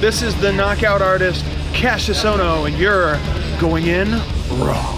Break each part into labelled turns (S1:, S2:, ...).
S1: This is the knockout artist Cassius Ono, and you're going in raw.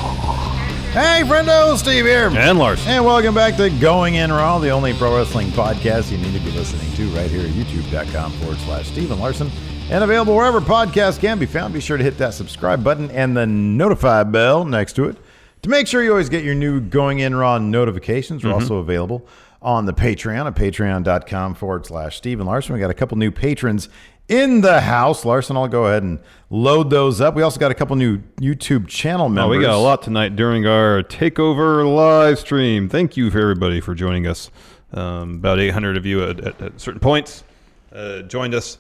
S2: Hey, friendo, Steve here.
S3: And Lars.
S2: And welcome back to Going In Raw, the only pro wrestling podcast you need to be listening to right here at youtube.com forward slash Steven Larson. And available wherever podcasts can be found. Be sure to hit that subscribe button and the notify bell next to it to make sure you always get your new Going In Raw notifications.
S3: Mm-hmm.
S2: We're also available on the Patreon at patreon.com forward slash Steven Larson. We got a couple new patrons in the house. Larson, I'll go ahead and load those up. We also got a couple new YouTube channel
S3: Oh,
S2: members.
S3: we got a lot tonight during our takeover live stream. Thank you for everybody for joining us. Um, about 800 of you at, at, at certain points uh, joined us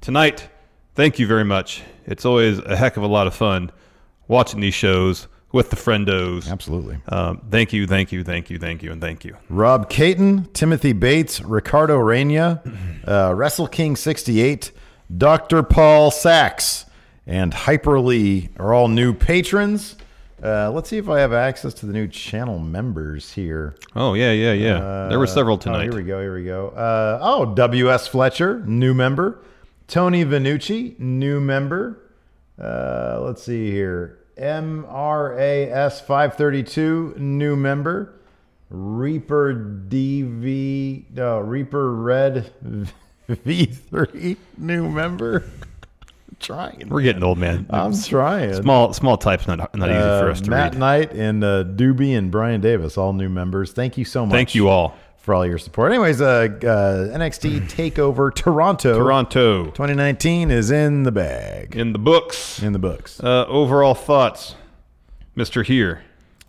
S3: tonight. Thank you very much. It's always a heck of a lot of fun watching these shows with the friendos.
S2: Absolutely.
S3: Um, thank you, thank you, thank you, thank you, and thank you.
S2: Rob Caton, Timothy Bates, Ricardo Reyna, uh, Wrestle King 68, Dr. Paul Sachs, and Hyper Lee are all new patrons. Uh, let's see if I have access to the new channel members here.
S3: Oh yeah, yeah, yeah. there were several
S2: Oh,
S3: tonight.
S2: here we go. Here we go. Uh, oh, W.S. Fletcher, new member. Tony Vanucci, new member. Uh, let's see here. MRAS 532, new member. Reaper DV, no, Reaper Red V3, new member. trying.
S3: We're getting old, man.
S2: I'm trying.
S3: small, small type's not not easy
S2: Um, Uh,
S3: for us to
S2: Matt
S3: read.
S2: Knight and uh, Doobie and Brian Davis, all new members. Thank you so much
S3: Thank you all,
S2: for all your support. Anyways, uh, uh, NXT Takeover Toronto,
S3: Toronto.
S2: 2019 is in the bag,
S3: in the books.
S2: in the books.
S3: Uh, overall thoughts, Mister Here.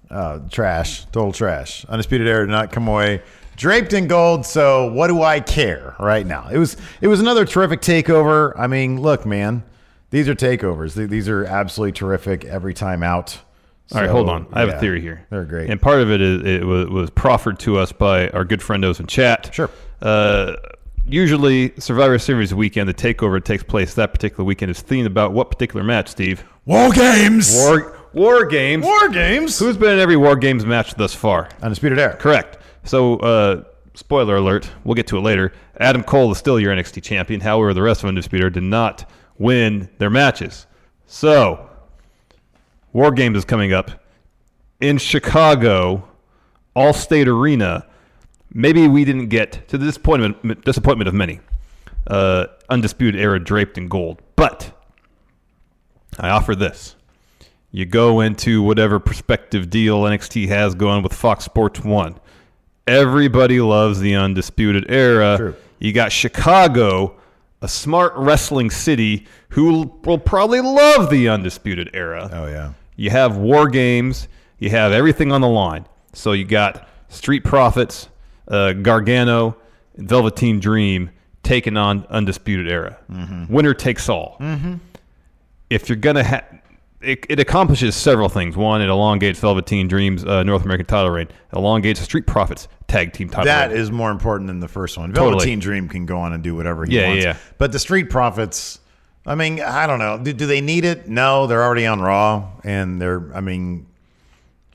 S2: Uh, trash, total trash. Undisputed era did not come away draped in gold. So what do I care right now? It was it was another terrific takeover. I mean, look, man, these are takeovers. Th- These are absolutely terrific every time out.
S3: All right,
S2: So,
S3: hold on. I have
S2: yeah,
S3: a theory here.
S2: They're great.
S3: and part of it is it was, was proffered to us by our good friendos in chat.
S2: Sure.
S3: Uh, usually, Survivor Series weekend, the takeover takes place that particular weekend is themed about what particular match, Steve?
S2: War games. War,
S3: War, war games.
S2: games.
S3: Who's been in every war games match thus far?
S2: Undisputed era.
S3: Correct. So, uh, spoiler alert, we'll get to it later. Adam Cole is still your NXT champion. However, the rest of Undisputed Era did not win their matches. So, War Games is coming up in Chicago, Allstate Arena. Maybe we didn't get to the disappointment, disappointment of many. Uh, Undisputed Era draped in gold. But I offer this you go into whatever prospective deal NXT has going with Fox Sports One. Everybody loves the Undisputed Era.
S2: True.
S3: You got Chicago, a smart wrestling city, who will probably love the Undisputed Era.
S2: Oh yeah.
S3: You have war games. You have everything on the line. So you got Street Profits, uh, Gargano, and Velveteen Dream taking on Undisputed Era. Winner takes all. If you're gonna ha It, it accomplishes several things. One, it elongates Velveteen Dreams uh, North American title reign. Elongates Street Profits tag team title.
S2: That
S3: reign.
S2: is more important than the first one.
S3: Totally.
S2: Velveteen Dream can go on and do whatever he
S3: Yeah,
S2: wants.
S3: yeah, yeah.
S2: But the Street Profits, I mean, I don't know. Do, do they need it? No, they're already on Raw, and they're. I mean,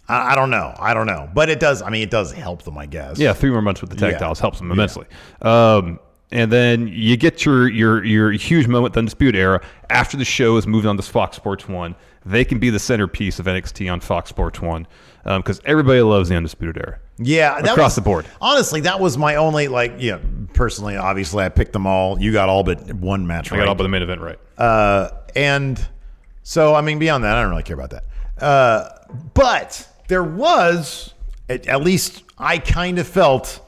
S2: I, I don't know. I don't know. But it does. I mean, it does help them, I guess.
S3: Yeah, three more months with the
S2: Yeah.
S3: tactiles helps them immensely. Um, and then you get your your your huge moment, the Undisputed Era, after the show is moved on to Fox Sports One. They can be the centerpiece of NXT on Fox Sports One because everybody loves the Undisputed Era.
S2: Yeah, that
S3: Across
S2: was-
S3: the board.
S2: Honestly, that was my only like. Yeah, personally, obviously, I picked them all. You got all but one match.
S3: I
S2: right.
S3: got all but the main event right.
S2: Uh, and so, I mean, beyond that, I don't really care about that. Uh, but there was, at, at least I kind of felt,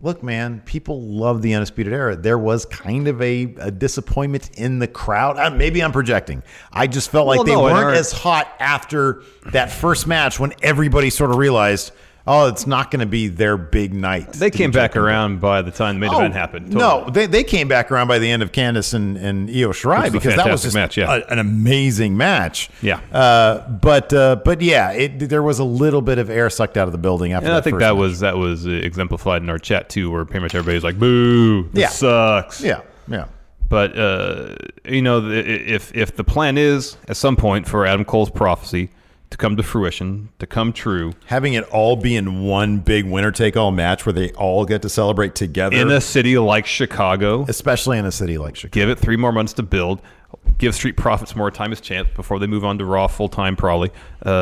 S2: look, man, people love the Undisputed Era. There was kind of a, a disappointment in the crowd. Uh, maybe I'm projecting. I just felt like
S3: Well,
S2: they
S3: no, and
S2: weren't
S3: our-
S2: as hot after that first match when everybody sort of realized, oh, it's not going to be their big night.
S3: They
S2: to be
S3: came back
S2: jumping
S3: around by the time the main
S2: Oh,
S3: event happened.
S2: No, they, they came back around by the end of Candice and, and Io
S3: was
S2: Shirai
S3: a
S2: because that was
S3: fantastic
S2: just
S3: match, yeah.
S2: a- an amazing match.
S3: Yeah.
S2: Uh, but uh, but yeah, it, there was a little bit of air sucked out of the building after.
S3: And
S2: that
S3: I think
S2: first
S3: that
S2: match.
S3: was that was uh, exemplified in our chat too, where pretty much everybody's like, "Boo, this
S2: Yeah.
S3: sucks."
S2: yeah yeah.
S3: But uh, you know, the, if if the plan is at some point for Adam Cole's prophecy to come to fruition, to come true
S2: Having it all be in one big winner take all match where they all get to celebrate together,
S3: in a city like Chicago,
S2: especially in a city like Chicago.
S3: give it three more months to build. Give Street Profits more time as champ before they move on to Raw full time, probably. Uh, uh,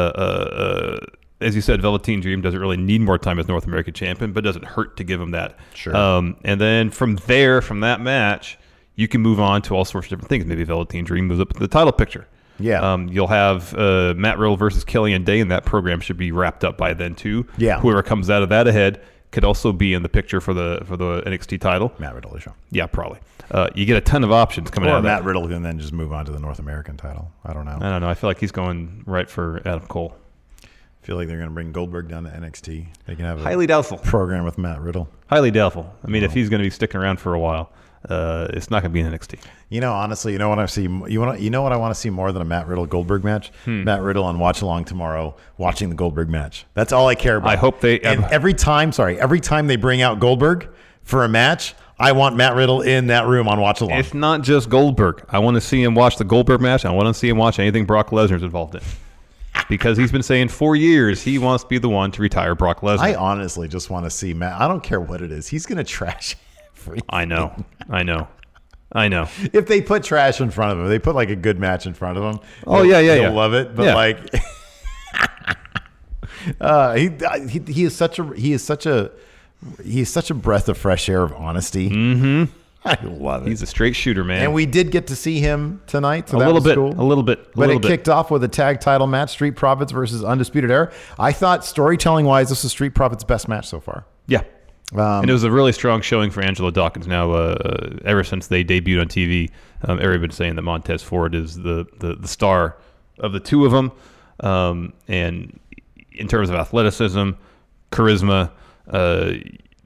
S3: uh, as you said, Velveteen Dream doesn't really need more time as North American champion, but it doesn't hurt to give him that.
S2: Sure.
S3: Um, and then from there, from that match, you can move on to all sorts of different things. Maybe Velveteen Dream moves up to the title picture.
S2: Yeah.
S3: Um, you'll have uh, Matt Riddle versus Killian Day, and that program should be wrapped up by then too.
S2: Yeah.
S3: Whoever comes out of that ahead could also be in the picture for the for the NXT title.
S2: Matt Riddle show.
S3: Yeah, probably. Uh, you get a ton of options coming out
S2: Or
S3: of
S2: Matt
S3: that.
S2: Riddle and then just move on to the North American title. I don't know.
S3: I don't know. I feel like he's going right for Adam Cole.
S2: I feel like they're going to bring Goldberg down to NXT. They can have a
S3: Highly doubtful.
S2: program with Matt Riddle.
S3: Highly doubtful. I mean, if he's going to be sticking around for a while, uh, it's not going to be in NXT.
S2: You know, honestly, you know what I see. You want you know what I want to see more than a Matt Riddle Goldberg match.
S3: Hmm.
S2: Matt Riddle on watch along tomorrow, watching the Goldberg match. That's all I care about.
S3: I hope they-
S2: And every time, sorry, every time they bring out Goldberg for a match, I want Matt Riddle in that room on watch along.
S3: It's not just Goldberg. I want to see him watch the Goldberg match. I want to see him watch anything Brock Lesnar's involved in. Because he's been saying for years he wants to be the one to retire Brock Lesnar.
S2: I honestly just want to see Matt. I don't care what it is. He's gonna trash. everything.
S3: I know. I know. I know.
S2: If they put trash in front of him, they put like a good match in front of him.
S3: Oh,
S2: they'll-
S3: yeah, yeah,
S2: they'll
S3: yeah.
S2: love it. But
S3: Yeah.
S2: like, uh, he, I- he he is such a he is such a he is such a breath of fresh air of honesty. Mm-hmm. I love it.
S3: He's a straight shooter, man.
S2: and we did get to see him tonight. So
S3: a
S2: that
S3: little
S2: was
S3: bit,
S2: cool.
S3: a little bit, a
S2: But
S3: little
S2: it
S3: bit.
S2: kicked off with a tag title match: Street Profits versus Undisputed Era. I thought storytelling wise, this was Street Profits' best match so far.
S3: Yeah.
S2: Um,
S3: and it was a really strong showing for Angela Dawkins. Now, uh, uh, ever since they debuted on TV, um, everybody's been saying that Montez Ford is the, the, the star of the two of them. Um, and in terms of athleticism, charisma, uh,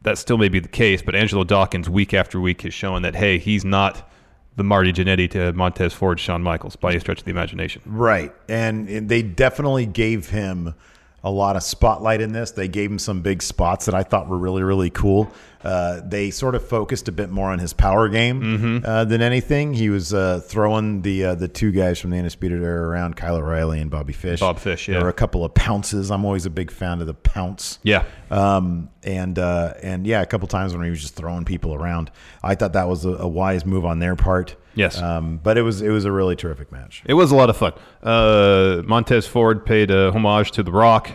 S3: that still may be the case. But Angelo Dawkins, week after week, has shown that, hey, he's not the Marty Jannetty to Montez Ford, Shawn Michaels, by any stretch of the imagination.
S2: Right. And and they definitely gave him a lot of spotlight in this. They gave him some big spots that I thought were really, really cool. Uh, they sort of focused a bit more on his power game
S3: Mm-hmm.
S2: uh, than anything. He was uh, throwing the uh, the two guys from the Undisputed Era around, Kyle O'Reilly and Bobby Fish.
S3: Bob Fish, yeah.
S2: There were a couple of pounces. I'm always a big fan of the pounce.
S3: Yeah.
S2: Um, and uh, and yeah, a couple times when he was just throwing people around, I thought that was a, a wise move on their part.
S3: Yes.
S2: Um, but it was it was a really terrific match.
S3: It was a lot of fun. Uh, Montez Ford paid a homage to The Rock.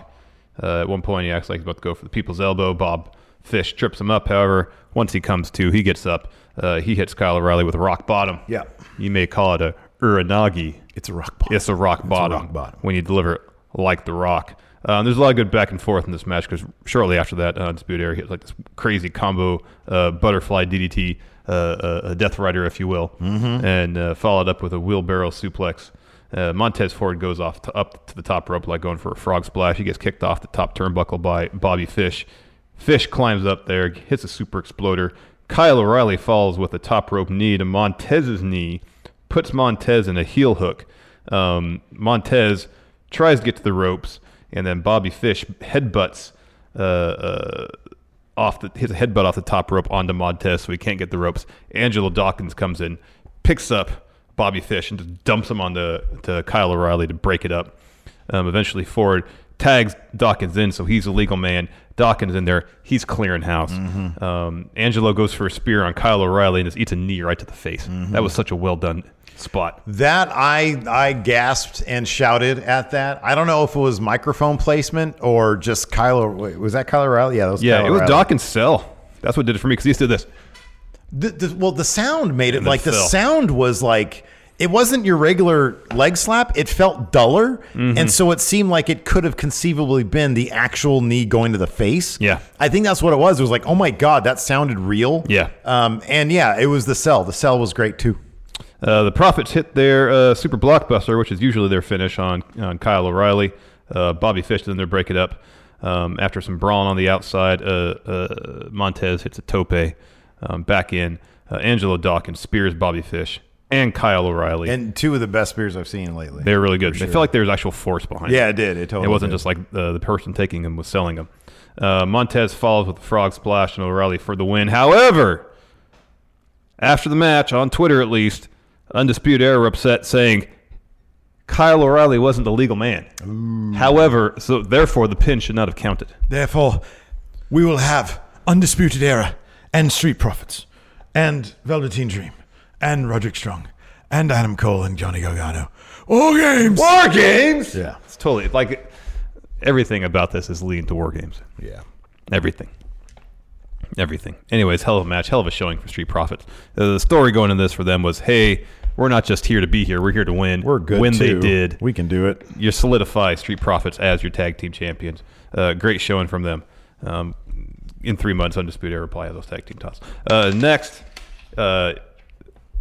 S3: Uh, at one point, he acts like he's about to go for the people's elbow. Bob Fish trips him up. However, once he comes to, he gets up. Uh, he hits Kyle O'Reilly with a rock bottom.
S2: Yeah.
S3: You may call it a uranagi.
S2: It's a rock bottom.
S3: It's a rock bottom.
S2: rock bottom.
S3: When you deliver it like The Rock. Um, there's a lot of good back and forth in this match because shortly after that, uh, Dispute Era hit like this crazy combo uh, butterfly DDT, uh, uh, a Death Rider, if you will,
S2: Mm-hmm.
S3: and uh, followed up with a wheelbarrow suplex. Uh, Montez Ford goes off to, up to the top rope like going for a frog splash. He gets kicked off the top turnbuckle by Bobby Fish. Fish climbs up there, hits a super exploder. Kyle O'Reilly falls with a top rope knee to Montez's knee, puts Montez in a heel hook. Um, Montez tries to get to the ropes, and then Bobby Fish headbutts uh, uh, off the his headbutt off the top rope onto Montez, so he can't get the ropes. Angelo Dawkins comes in, picks up Bobby Fish, and just dumps him onto to Kyle O'Reilly to break it up. Um, eventually, Ford tags Dawkins in, so he's a legal man. Dawkins in there, he's clearing house. Um, Angelo goes for a spear on Kyle O'Reilly and just eats a knee right to the face. That was such a well done spot.
S2: That I I gasped and shouted at that. I don't know if it was microphone placement or just Kylo. Wait, was that Kylo Riley? Yeah, that was
S3: Yeah,
S2: Kyle
S3: it was
S2: O'Reilly.
S3: Dawkins' cell. That's what did it for me because he just did this.
S2: The, the, well, the sound made it
S3: the
S2: like the
S3: fill.
S2: sound was like it wasn't your regular leg slap. It felt duller,
S3: Mm-hmm.
S2: and so it seemed like it could have conceivably been the actual knee going to the face.
S3: Yeah.
S2: I think that's what it was. It was like, oh my god, that sounded real.
S3: Yeah.
S2: um, and yeah, it was the cell. The cell was great too.
S3: Uh, the Profits hit their uh, super blockbuster, which is usually their finish on on Kyle O'Reilly. Uh, Bobby Fish then they break it up um, after some brawn on the outside. Uh, uh, Montez hits a tope um, back in. Uh, Angelo Dawkins spears Bobby Fish and Kyle O'Reilly.
S2: And two of the best spears I've seen lately.
S3: They were really good. They felt like there was actual force behind it.
S2: Yeah, it did. It totally
S3: It wasn't
S2: did.
S3: just like uh, the person taking them was selling them. Uh, Montez follows with the frog splash and O'Reilly for the win. However, after the match, on Twitter at least, Undisputed Era were upset saying Kyle O'Reilly wasn't the legal man. However, so therefore the pin should not have counted.
S4: Therefore, we will have Undisputed Era and Street Profits and Velveteen Dream and Roderick Strong and Adam Cole and Johnny Gargano. All games!
S3: War games.
S2: Yeah.
S3: it's totally like everything about this is leading to war games.
S2: Yeah.
S3: Everything. Everything. Anyways, hell of a match, hell of a showing for Street Profits. Uh, the story going into this for them was, hey, we're not just here to be here, we're here to win.
S2: We're good.
S3: When they
S2: too.
S3: did,
S2: we can do it.
S3: you solidify Street Profits as your tag team champions. Uh, great showing from them. Um, in three months, Undisputed Era reply those tag team titles. Uh, next, uh,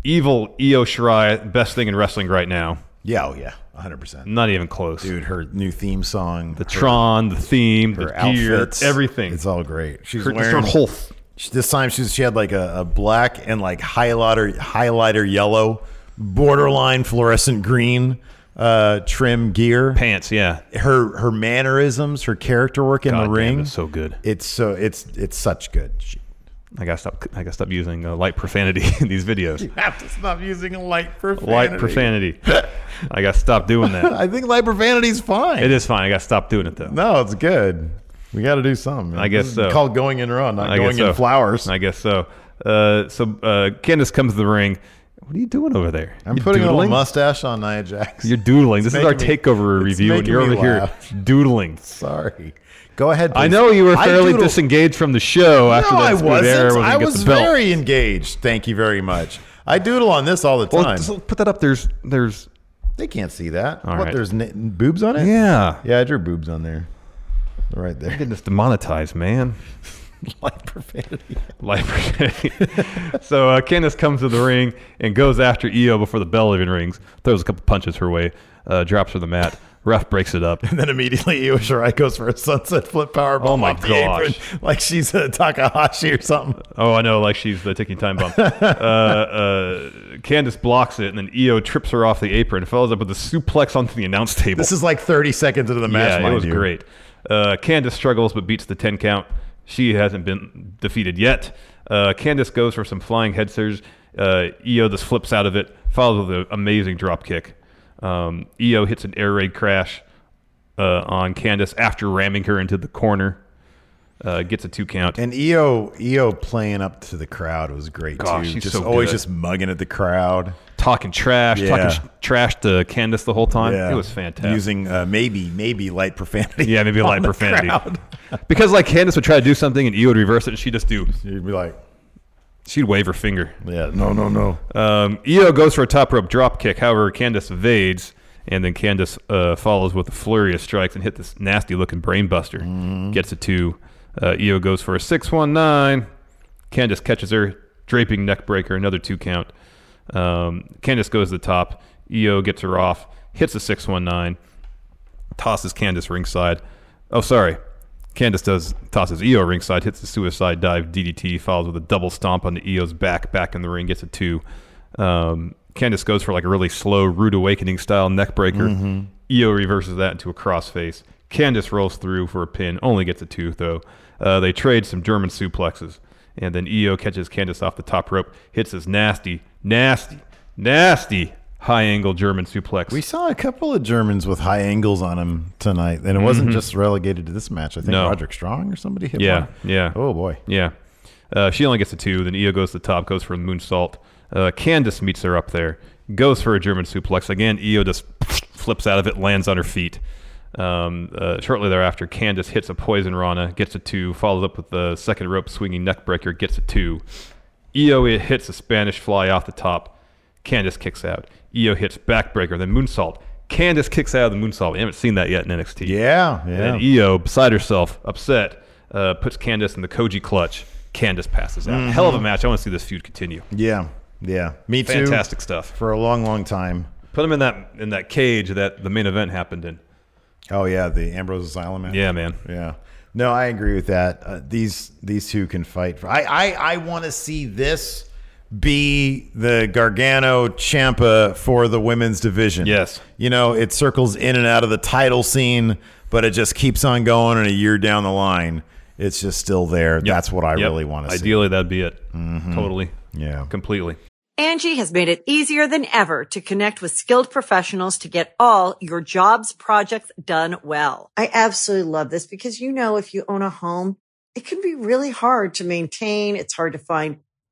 S3: evil Io Shirai, best thing in wrestling right now.
S2: Yeah, oh yeah, hundred percent.
S3: Not even close.
S2: Dude, her new theme song,
S3: The Tron, the theme,
S2: her
S3: the gear,
S2: outfits,
S3: everything.
S2: It's all great. She's
S3: Her- just her
S2: wearing
S3: whole
S2: she- This time she's she had like a, a black and like highlighter highlighter yellow, borderline fluorescent green uh, trim gear.
S3: pants, yeah.
S2: Her her mannerisms, her character work in
S3: God
S2: the
S3: damn,
S2: ring,
S3: it's so good.
S2: It's so it's it's such good. shit.
S3: I gotta stop. I gotta stop using uh, light profanity in these videos.
S2: have to stop using light profanity.
S3: Light profanity. I gotta stop doing that.
S2: I think light profanity's fine.
S3: It is fine. I gotta stop doing it though.
S2: No, it's good. We got to do something.
S3: I guess
S2: This is
S3: so.
S2: Called going in raw, not
S3: I
S2: going
S3: guess so.
S2: in flowers.
S3: I guess so. Uh, so uh, Candace comes to the ring. What are you doing over there?
S2: I'm
S3: You
S2: putting a
S3: doodling?
S2: little mustache on Nia Jax.
S3: You're doodling. This is our
S2: making me-
S3: takeover
S2: it's
S3: review, and
S2: making
S3: you're over
S2: me
S3: here
S2: laugh.
S3: doodling.
S2: Sorry. Go ahead.
S3: I
S2: please.
S3: know you were
S2: I
S3: fairly
S2: doodle-
S3: disengaged from the show after
S2: No, I
S3: that. Scudero
S2: wasn't.
S3: gonna
S2: I
S3: get
S2: was
S3: the belt.
S2: very engaged. Thank you very much. I doodle on this all the
S3: Well,
S2: time.
S3: just put that up. There's, there's.
S2: they can't see that.
S3: All
S2: what?
S3: right.
S2: There's n- boobs on it.
S3: Yeah.
S2: Yeah, I drew boobs on there. Right there.
S3: Getting this demonetized, man.
S2: Light profanity.
S3: Library. so uh, Candace comes to the ring and goes after Io before the bell even rings. Throws a couple punches her way, uh, drops her to the mat. Ref breaks it up.
S2: And then immediately Io Shirai goes for a sunset flip power bomb.
S3: Oh my
S2: like the apron,
S3: gosh.
S2: like she's a Takahashi or something.
S3: Oh, I know, like she's the ticking time bomb. uh, uh, Candace blocks it, and then Io trips her off the apron, follows up with a suplex onto the announce table.
S2: This is like 30 seconds into the match.
S3: yeah, it
S2: mind
S3: was
S2: you.
S3: great. Uh, Candace struggles but beats the 10 count. She hasn't been defeated yet. Uh, Candace goes for some flying headsters. Uh, Io just flips out of it, follows with an amazing drop kick. Um, Io hits an air raid crash uh, on Candace after ramming her into the corner. Uh, gets a two count.
S2: And Io Io playing up to the crowd was great
S3: Gosh,
S2: too.
S3: she's
S2: just
S3: so
S2: always
S3: good.
S2: just mugging at the crowd.
S3: talking trash,
S2: Yeah.
S3: talking sh- trash to Candace the whole time.
S2: Yeah.
S3: It was fantastic.
S2: Using uh, maybe maybe light profanity.
S3: yeah, maybe
S2: on
S3: light
S2: the
S3: profanity.
S2: crowd.
S3: because like Candace would try to do something and Io would reverse it and she'd just do
S2: You'd be like,
S3: she'd wave her finger.
S2: yeah, no, no, no.
S3: Um, Io goes for a top rope drop kick. However, Candace evades, and then Candace uh, follows with a flurry of strikes and hit this nasty looking brainbuster. Gets a two. Uh, Io goes for a six one nine. Candace catches her, draping neck breaker, another two count. Um, Candace goes to the top. Io gets her off, hits a six one nine, tosses Candace ringside. Oh, sorry. Candace does tosses Io ringside, hits the suicide dive DDT, follows with a double stomp on the Io's back, back in the ring, gets a two. Um, Candace goes for like a really slow rude awakening style neck breaker. Io reverses that into a crossface. Candace rolls through for a pin, only gets a two though. Uh, they trade some German suplexes, and E then Io catches Candace off the top rope, hits this nasty, nasty, nasty high angle German suplex.
S2: We saw a couple of Germans with high angles on him tonight, and it wasn't just relegated to this match. I think
S3: No.
S2: Roderick Strong or somebody hit
S3: yeah,
S2: one.
S3: yeah.
S2: Oh boy.
S3: Yeah. Uh, she only gets a two. Then Io goes to the top, goes for the moonsault. Uh, Candace meets her up there, goes for a German suplex. Again, Io just flips out of it, lands on her feet. Um, uh, shortly thereafter, Candace hits a poison rana, gets a two, follows up with the second rope swinging neckbreaker, gets a two. Io hits a Spanish fly off the top. Candace kicks out. Io hits backbreaker, then moonsault. Candace kicks out of the moonsault. We haven't seen that yet in NXT.
S2: Yeah,
S3: And
S2: yeah.
S3: Io, beside herself, upset, uh, puts Candace in the Koji clutch. Candace passes out.
S2: Mm-hmm.
S3: Hell of a match. I want to see this feud continue.
S2: Yeah. Yeah. Me too.
S3: Fantastic stuff.
S2: For a long, long time.
S3: Put them in that in that cage that the main event happened in.
S2: Oh yeah, the Ambrose Asylum. match.
S3: Yeah, man.
S2: Yeah. No, I agree with that. Uh, these these two can fight. For, I I, I want to see this be the Gargano Champa for the women's division.
S3: Yes.
S2: You know, it circles in and out of the title scene, but it just keeps on going. And a year down the line, it's just still there. That's what I
S3: Yep.
S2: really want to see. Mm-hmm.
S3: Ideally, that'd be it. Totally.
S2: Yeah.
S3: Completely.
S5: Angie has made it easier than ever to connect with skilled professionals to get all your jobs projects done well. I absolutely love this because, you know, if you own a home, it can be really hard to maintain. It's hard to find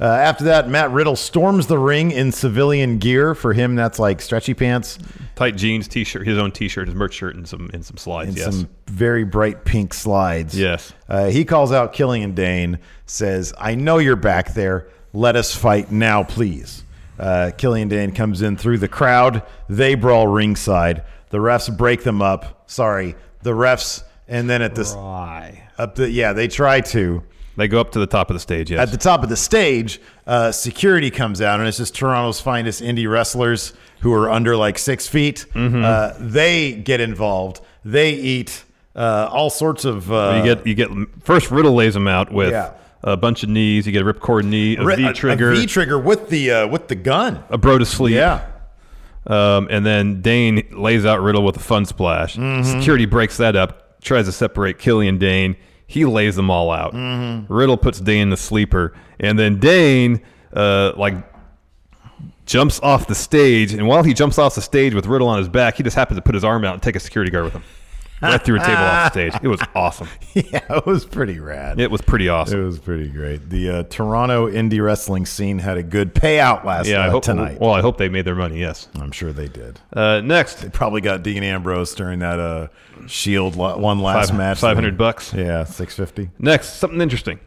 S2: Uh, after that, Matt Riddle storms the ring in civilian gear. For him, that's like stretchy pants.
S3: Tight jeans, t-shirt, his own t-shirt, his merch shirt, and some and some slides.
S2: and
S3: yes.
S2: some very bright pink slides.
S3: Yes.
S2: Uh, he calls out Killian Dane, says, I know you're back there. Let us fight now, please. Uh, Killian Dane comes in through the crowd. They brawl ringside. The refs break them up. Sorry, the refs. And then at this, up the, yeah, they try to.
S3: They go up to the top of the stage. Yes.
S2: At the top of the stage, uh, security comes out, and it's just Toronto's finest indie wrestlers who are under like six feet. Uh, they get involved. They eat uh, all sorts of. Uh,
S3: you get you get first Riddle lays him out with
S2: Yeah.
S3: a bunch of knees. You get a ripcord knee, a
S2: ri- a-
S3: V
S2: a
S3: trigger, a,
S2: V trigger with the uh, with the gun.
S3: bro to sleep.
S2: Yeah.
S3: Um, and then Dane lays out Riddle with a fun splash.
S2: Mm-hmm.
S3: Security breaks that up, tries to separate Killian Dane. He lays them all out.
S2: Mm-hmm.
S3: Riddle puts Dane in the sleeper, and then Dane uh, like jumps off the stage. And while he jumps off the stage with Riddle on his back, he just happens to put his arm out and take a security guard with him. Right through a table off the stage. It was awesome.
S2: yeah, it was pretty rad.
S3: It was pretty
S2: It
S3: awesome.
S2: was pretty great. The uh, Toronto indie wrestling scene had a good payout last
S3: yeah,
S2: uh,
S3: I hope
S2: tonight.
S3: Well, I hope they made their money. Yes.
S2: I'm sure they did.
S3: Uh, next,
S2: Probably got Dean Ambrose during that uh, Shield lo- one last
S3: five,
S2: match.
S3: 500 bucks.
S2: Yeah, six fifty.
S3: Next, something interesting.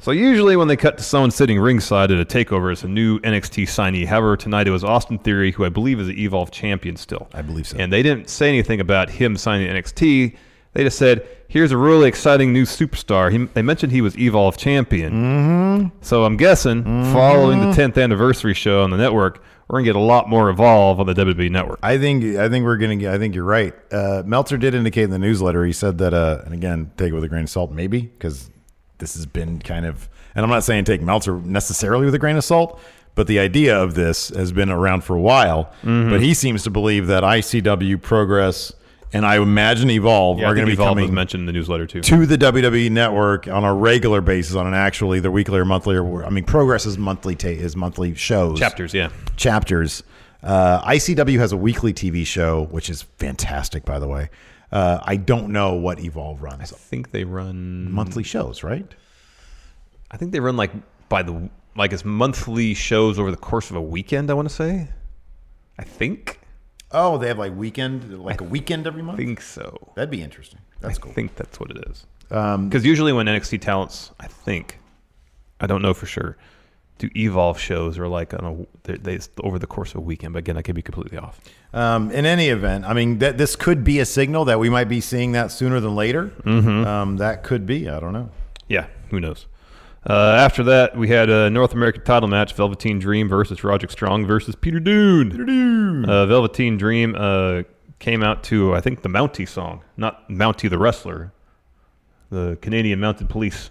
S3: So usually when they cut to someone sitting ringside at a takeover, it's a new NXT signee. However, tonight it was Austin Theory, who I believe is the Evolve champion still.
S2: I believe so.
S3: And they didn't say anything about him signing NXT. They just said, "Here's a really exciting new superstar." He, they mentioned he was Evolve champion. Mm-hmm. So I'm guessing following the 10th anniversary show on the network, we're gonna get a lot more Evolve on the WWE network.
S2: I think I think we're gonna. get- I think you're right. Uh, Meltzer did indicate in the newsletter. He said that, uh, and again, take it with a grain of salt, maybe because this has been kind of. And I'm not saying take Meltzer necessarily with a grain of salt, but the idea of this has been around for a while.
S3: Mm-hmm.
S2: But he seems to believe that ICW progress and I imagine Evolve
S3: Yeah, I
S2: are going
S3: think
S2: to be
S3: Evolve was
S2: coming
S3: mentioned in the newsletter too.
S2: to the WWE network on a regular basis, on an actual either weekly or monthly, or I mean, progress is monthly ta- is monthly shows
S3: Chapters, yeah.
S2: chapters. Uh, ICW has a weekly TV show, which is fantastic, by the way. Uh, I don't know what Evolve runs.
S3: I think they run
S2: Monthly shows, right?
S3: I think they run like by the like it's monthly shows over the course of a weekend. I want to say, I think
S2: Oh, they have like weekend, like a weekend every month.
S3: I think so.
S2: That'd be interesting. That's cool. Um,
S3: I think that's what it is. Because usually when NXT talents, I think, I don't know for sure, do evolve shows or like on a they, they it's over the course of a weekend. But again, I could be completely off.
S2: Um, in any event, I mean that this could be a signal that we might be seeing that sooner than later.
S3: Mm-hmm.
S2: Um, that could be. I don't know.
S3: Yeah, who knows? Uh, after that, we had a North American title match: Velveteen Dream versus Roderick Strong versus Peter Dune. Peter Dune. Uh, Velveteen Dream uh, came out to I think the Mountie song, not Mountie the wrestler, the Canadian Mounted Police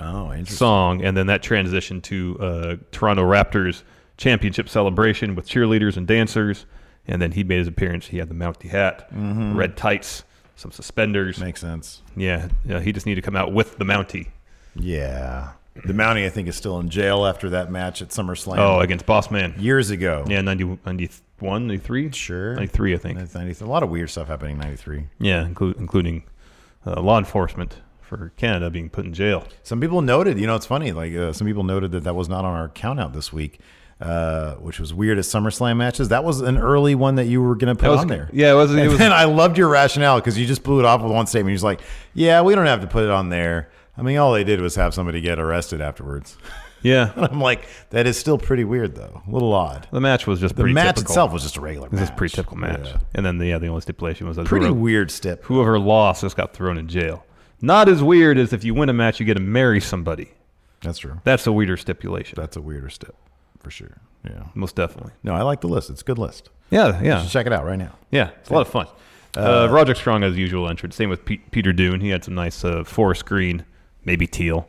S2: Oh, interesting.
S3: song, and then that transitioned to uh, Toronto Raptors championship celebration with cheerleaders and dancers. And then he made his appearance. He had the Mountie hat, red tights, some suspenders.
S2: Makes sense.
S3: Yeah, yeah, he just needed to come out with the Mountie.
S2: Yeah. The Mountie, I think, is still in jail after that match at SummerSlam
S3: Oh, against Boss Man.
S2: years ago.
S3: Yeah, 90, 91, 93?
S2: Sure.
S3: 93, I think.
S2: That's 90 a lot of weird stuff happening in 93.
S3: Yeah, inclu- including uh, law enforcement for Canada being put in jail.
S2: Some people noted, you know, it's funny. Like uh, some people noted that that was not on our count out this week, uh, which was weird. As SummerSlam matches, that was an early one that you were going to put
S3: That was-
S2: on there.
S3: yeah, it was- it
S2: And
S3: was-
S2: then I loved your rationale because you just blew it off with one statement. You're just like, "Yeah, we don't have to put it on there." I mean, all they did was have somebody get arrested afterwards.
S3: Yeah,
S2: I'm like, that is still pretty weird, though. A little odd.
S3: the match was just
S2: The
S3: pretty
S2: match
S3: typical.
S2: itself was just a regular.
S3: It was
S2: match.
S3: just a pretty typical match.
S2: Yeah.
S3: And then, the, yeah, the only stipulation was that
S2: Pretty
S3: whoever,
S2: weird step.
S3: whoever lost just got thrown in jail. Not as weird as if you win a match, you get to marry somebody.
S2: That's true.
S3: That's a weirder stipulation.
S2: That's a weirder step for sure. Yeah.
S3: Most definitely.
S2: No, I like the list. It's a good list.
S3: Yeah, yeah.
S2: Just check it out right now.
S3: Yeah, it's a lot of fun. Uh, Roderick Strong, as usual, entered. Same with Pe- Peter Dune. He had some nice uh, forest green, maybe teal.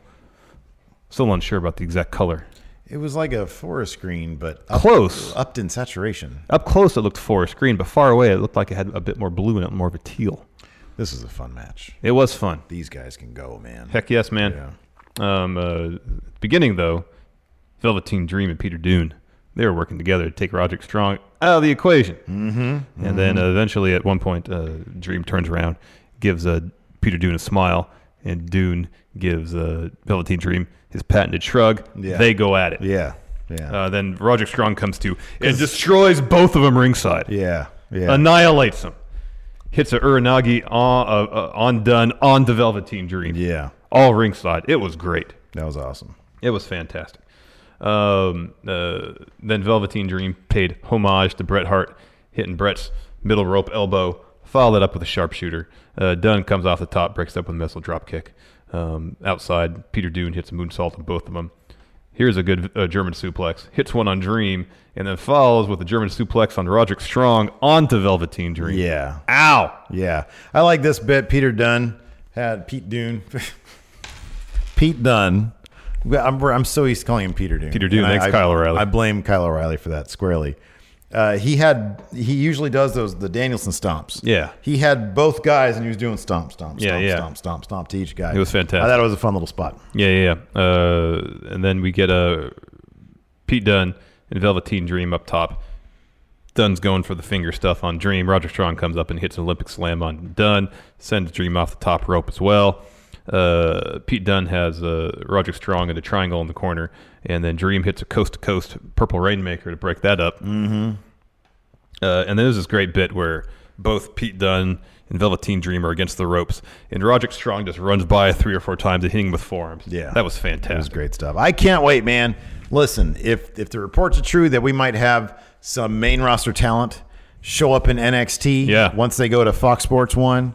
S3: Still unsure about the exact color.
S2: It was like a forest green, but up,
S3: Close.
S2: upped in saturation.
S3: Up close, it looked forest green, but far away, it looked like it had a bit more blue in it, more of a teal.
S2: This is a fun match.
S3: It was fun.
S2: These guys can go, man.
S3: Heck yes, man. Um, uh, beginning, though, Velveteen Dream and Peter Dune, they were working together to take Roderick Strong out of the equation. Mm-hmm. And then uh, eventually, at one point, uh, Dream turns around, gives uh, Peter Dune a smile, and Dune gives uh, Velveteen Dream his patented shrug.
S2: Yeah.
S3: They go at it.
S2: Yeah. Yeah.
S3: Uh, then Roderick Strong comes to and destroys both of them ringside
S2: yeah. Yeah.
S3: annihilates him. Hits a Uranagi on, uh, uh, on done on the Velveteen Dream.
S2: Yeah.
S3: All ringside. It was great.
S2: that was awesome.
S3: It was fantastic. Um, uh, then Velveteen Dream paid homage to Bret Hart, hitting Bret's middle rope elbow, followed up with a sharpshooter. Uh, Dunn comes off the top, breaks up with a missile drop kick. Um, outside, Peter Dune hits a moonsault on both of them. Here's a good uh, German suplex. Hits one on Dream, and then follows with a German suplex on Roderick Strong onto Velveteen Dream.
S2: Yeah.
S3: Ow!
S2: Yeah. I like this bit. Peter Dunn had Pete Dune. Pete Dunn. I'm, I'm so used to calling him Peter Dune.
S3: Peter Dunne,
S2: And I-
S3: thanks,
S2: I-
S3: Kyle O'Reilly.
S2: I blame Kyle O'Reilly for that squarely. Uh, he had he usually does those the Danielson stomps.
S3: Yeah.
S2: he had both guys and he was doing stomp, stomp, stomp,
S3: Yeah, yeah.
S2: stomp, stomp, stomp to each guy.
S3: It was fantastic.
S2: I thought it was a fun little spot.
S3: Yeah, yeah. yeah. Uh, and then we get uh, Pete Dunn and Velveteen Dream up top. Dunn's going for the finger stuff on Dream. Roger Strong comes up and hits an Olympic slam on Dunn, sends Dream off the top rope as well. Uh, Pete Dunn has uh, Roger Strong in a triangle in the corner, and then Dream hits a coast to coast purple rainmaker to break that up.
S2: Mm-hmm.
S3: Uh, and then there's this great bit where both Pete Dunn and Velveteen Dream are against the ropes, and Roderick Strong just runs by three or four times and hitting him with forearms.
S2: Yeah.
S3: That was
S2: It was
S3: fantastic.
S2: great stuff. I can't wait, man. Listen, if if the reports are true that we might have some main roster talent show up in NXT
S3: Yeah.
S2: once they go to Fox Sports 1,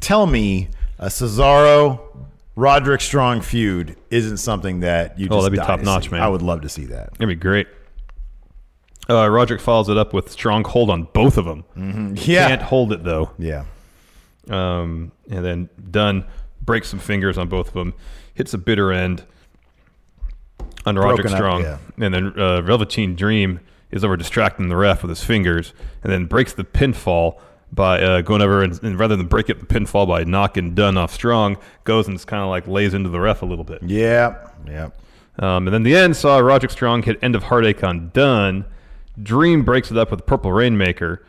S2: tell me a Cesaro Roderick Strong feud isn't something that you just
S3: Oh, that'd be
S2: die to
S3: top-notch,
S2: see.
S3: man.
S2: I would love to see that.
S3: That'd be great. Uh, Roderick follows it up with strong hold on both of them.
S2: Mm-hmm. Yeah.
S3: Can't hold it, though.
S2: Yeah.
S3: Um, and then Dunn breaks some fingers on both of them, hits a bitter end on Roderick
S2: Broken up,
S3: Strong.
S2: yeah.
S3: And then uh, Velveteen Dream is over distracting the ref with his fingers and then breaks the pinfall by uh, going over and, and rather than break up the pinfall by knocking Dunn off Strong, goes and kind of like lays into the ref a little bit.
S2: Yeah. Yeah.
S3: Um, and then the end saw Roderick Strong hit End of Heartache on Dunn. Dream breaks it up with Purple Rainmaker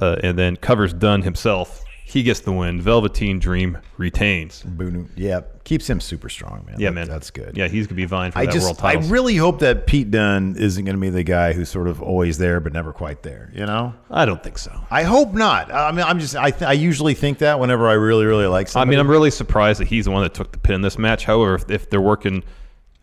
S3: uh, and then covers Dunn himself. He gets the win. Velveteen Dream retains.
S2: Boonu. Yeah, keeps him super strong, man.
S3: Yeah,
S2: That-
S3: man,
S2: That's good.
S3: Yeah, he's gonna be vying for
S2: I
S3: that world
S2: just, I
S3: title.
S2: really hope that Pete Dunne isn't going to be the guy who's sort of always there but never quite there. You know,
S3: I don't think so.
S2: I hope not. I mean, I'm just, I, th- I usually think that whenever I really, really like
S3: I
S2: somebody.
S3: mean, I'm really surprised that he's the one that took the pin in this match. However, if, if they're working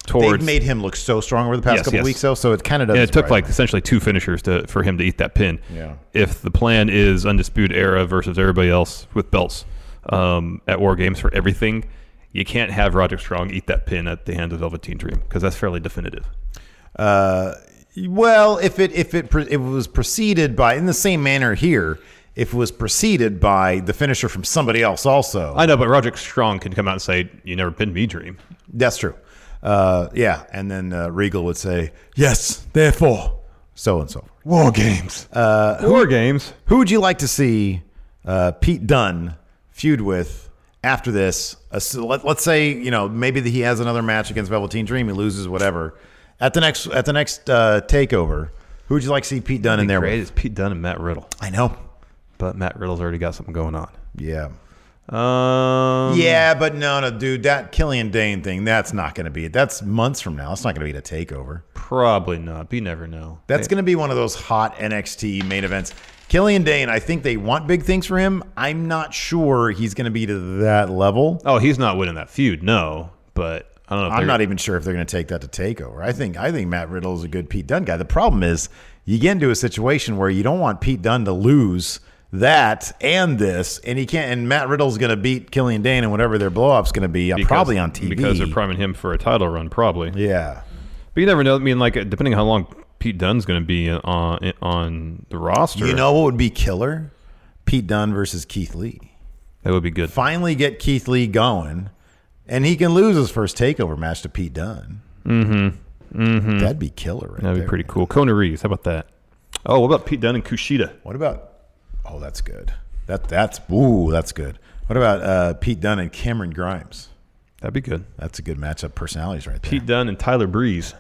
S3: towards,
S2: they've made him look so strong over the past
S3: Yes,
S2: couple
S3: yes.
S2: weeks, though. So it kind of does.
S3: and it took like essentially two finishers to for him to eat that pin.
S2: Yeah.
S3: If the plan is undisputed era versus everybody else with belts um, at War Games for everything, you can't have Roger Strong eat that pin at the hand of Velveteen Dream because that's fairly definitive.
S2: Uh, Well, if it if it pre- if it was preceded by in the same manner here, if it was preceded by the finisher from somebody else, also
S3: I know, but Roger Strong can come out and say, "You never pinned me, Dream."
S2: that's true. Uh, yeah, and then uh, Regal would say
S4: Yes, therefore,
S2: so and so. forth.
S4: war games.
S3: War Games.
S2: Who would you like to see uh, Pete Dunne feud with after this? Uh, so let, us say you know maybe that he has another match against Velveteen Dream, he loses whatever at the next at the next uh, takeover. Who would you like to see Pete Dunne in there?
S3: Great
S2: With?
S3: is Pete Dunne and Matt Riddle,
S2: I know.
S3: but Matt Riddle's already got something going on.
S2: Yeah.
S3: Um,
S2: Yeah, but no, no, dude, that Killian Dane thing, that's not going to be it. That's months from now. It's not going to be the takeover.
S3: probably not. You never know.
S2: That's going to be one of those hot NXT main events. Killian Dane, I think they want big things for him. I'm not sure he's going to be to that level.
S3: Oh, he's not winning that feud, no. But I don't know. If
S2: I'm
S3: they're-
S2: not even sure if they're going to take that to takeover. I think I think Matt Riddle is a good Pete Dunne guy. The problem is you get into a situation where you don't want Pete Dunne to lose that and this, and he can't. And Matt Riddle's going to beat Killian Dane and whatever their blow up's going to be, uh,
S3: because-
S2: probably on TV.
S3: because they're priming him for a title run, probably.
S2: yeah.
S3: But you never know. I mean, like depending on how long Pete Dunne's going to be uh, on on the roster,
S2: You know what would be killer? Pete Dunne versus Keith Lee.
S3: that would be good.
S2: Finally get Keith Lee going, and he can lose his first takeover match to Pete Dunne. Mm-hmm. Mm-hmm. That'd be killer right
S3: That'd be
S2: there.
S3: pretty cool. Kona Reeves, how about that? Oh, what about Pete Dunne and Kushida?
S2: What about oh that's good. That that's ooh, that's good. What about uh, Pete Dunne and Cameron Grimes?
S3: That'd be good.
S2: That's a good matchup personalities right there.
S3: Pete Dunne and Tyler Breeze,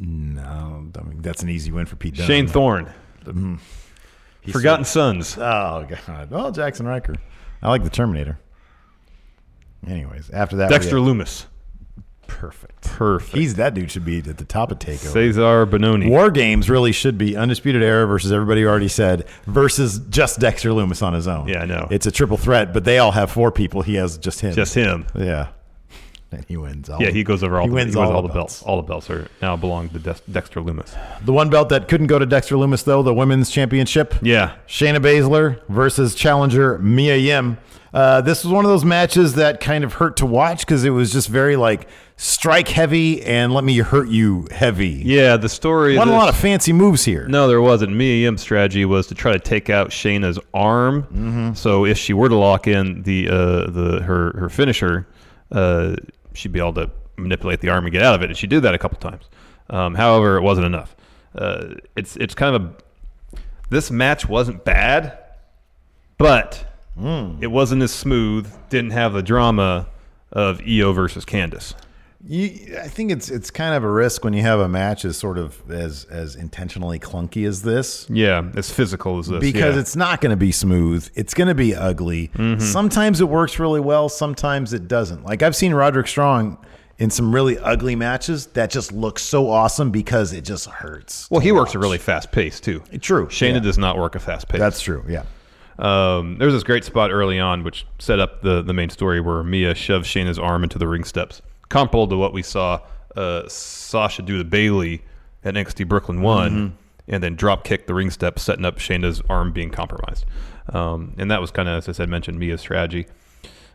S2: no, I mean, that's an easy win for Pete Dunne.
S3: Shane Thorne, hmm. Forgotten Sons.
S2: Oh god. Oh Jackson Riker. I like the Terminator. Anyways, after that we
S3: Dexter
S2: have-
S3: Loomis.
S2: perfect.
S3: Perfect.
S2: He's that dude should be at the top of takeover.
S3: Cesar Bononi.
S2: War games really should be undisputed era versus everybody who already said versus just Dexter Loomis on his own.
S3: Yeah, I know.
S2: It's a triple threat, but they all have four people. He has just him.
S3: Just him.
S2: Yeah. And he wins. All
S3: Yeah, he goes over all.
S2: He
S3: the,
S2: wins
S3: he goes
S2: all,
S3: all the belts. All the belts are now belong to Dex- Dexter Loomis.
S2: The one belt that couldn't go to Dexter Loomis though, the women's championship.
S3: Yeah,
S2: Shayna Baszler versus challenger Mia Yim. Uh, this was one of those matches that kind of hurt to watch because it was just very like strike heavy and let me hurt you heavy.
S3: yeah. The story.
S2: Not a
S3: this-
S2: lot of fancy moves here.
S3: No, there wasn't. Mia Yim's strategy was to try to take out Shayna's arm. So if she were to lock in the uh, the her her finisher, uh, she'd be able to manipulate the arm and get out of it. And she did that a couple times. Um, however, it wasn't enough. Uh, it's it's kind of a this match wasn't bad, but it wasn't as smooth. Didn't have the drama of EO versus Candice.
S2: You, I think it's it's kind of a risk when you have a match as sort of as as intentionally clunky as this
S3: Yeah, as physical as this.
S2: because
S3: yeah. Mm-hmm.
S2: it's not going to be smooth. It's going to be ugly. Sometimes it works really well. Sometimes it doesn't. Like I've seen Roderick Strong in some really ugly matches that just look so awesome because it just hurts.
S3: well, he works a really fast pace too.
S2: True.
S3: Shayna
S2: Yeah.
S3: does not work a fast pace.
S2: That's true. Yeah.
S3: Um, there was this great spot early on which set up the, the main story where Mia shoves Shayna's arm into the ring steps, comparable to what we saw uh, Sasha do to Bailey at NXT Brooklyn One, and then drop kick the ring steps, setting up Shayna's arm being compromised. Um, and that was kind of, as I said, mentioned Mia's strategy.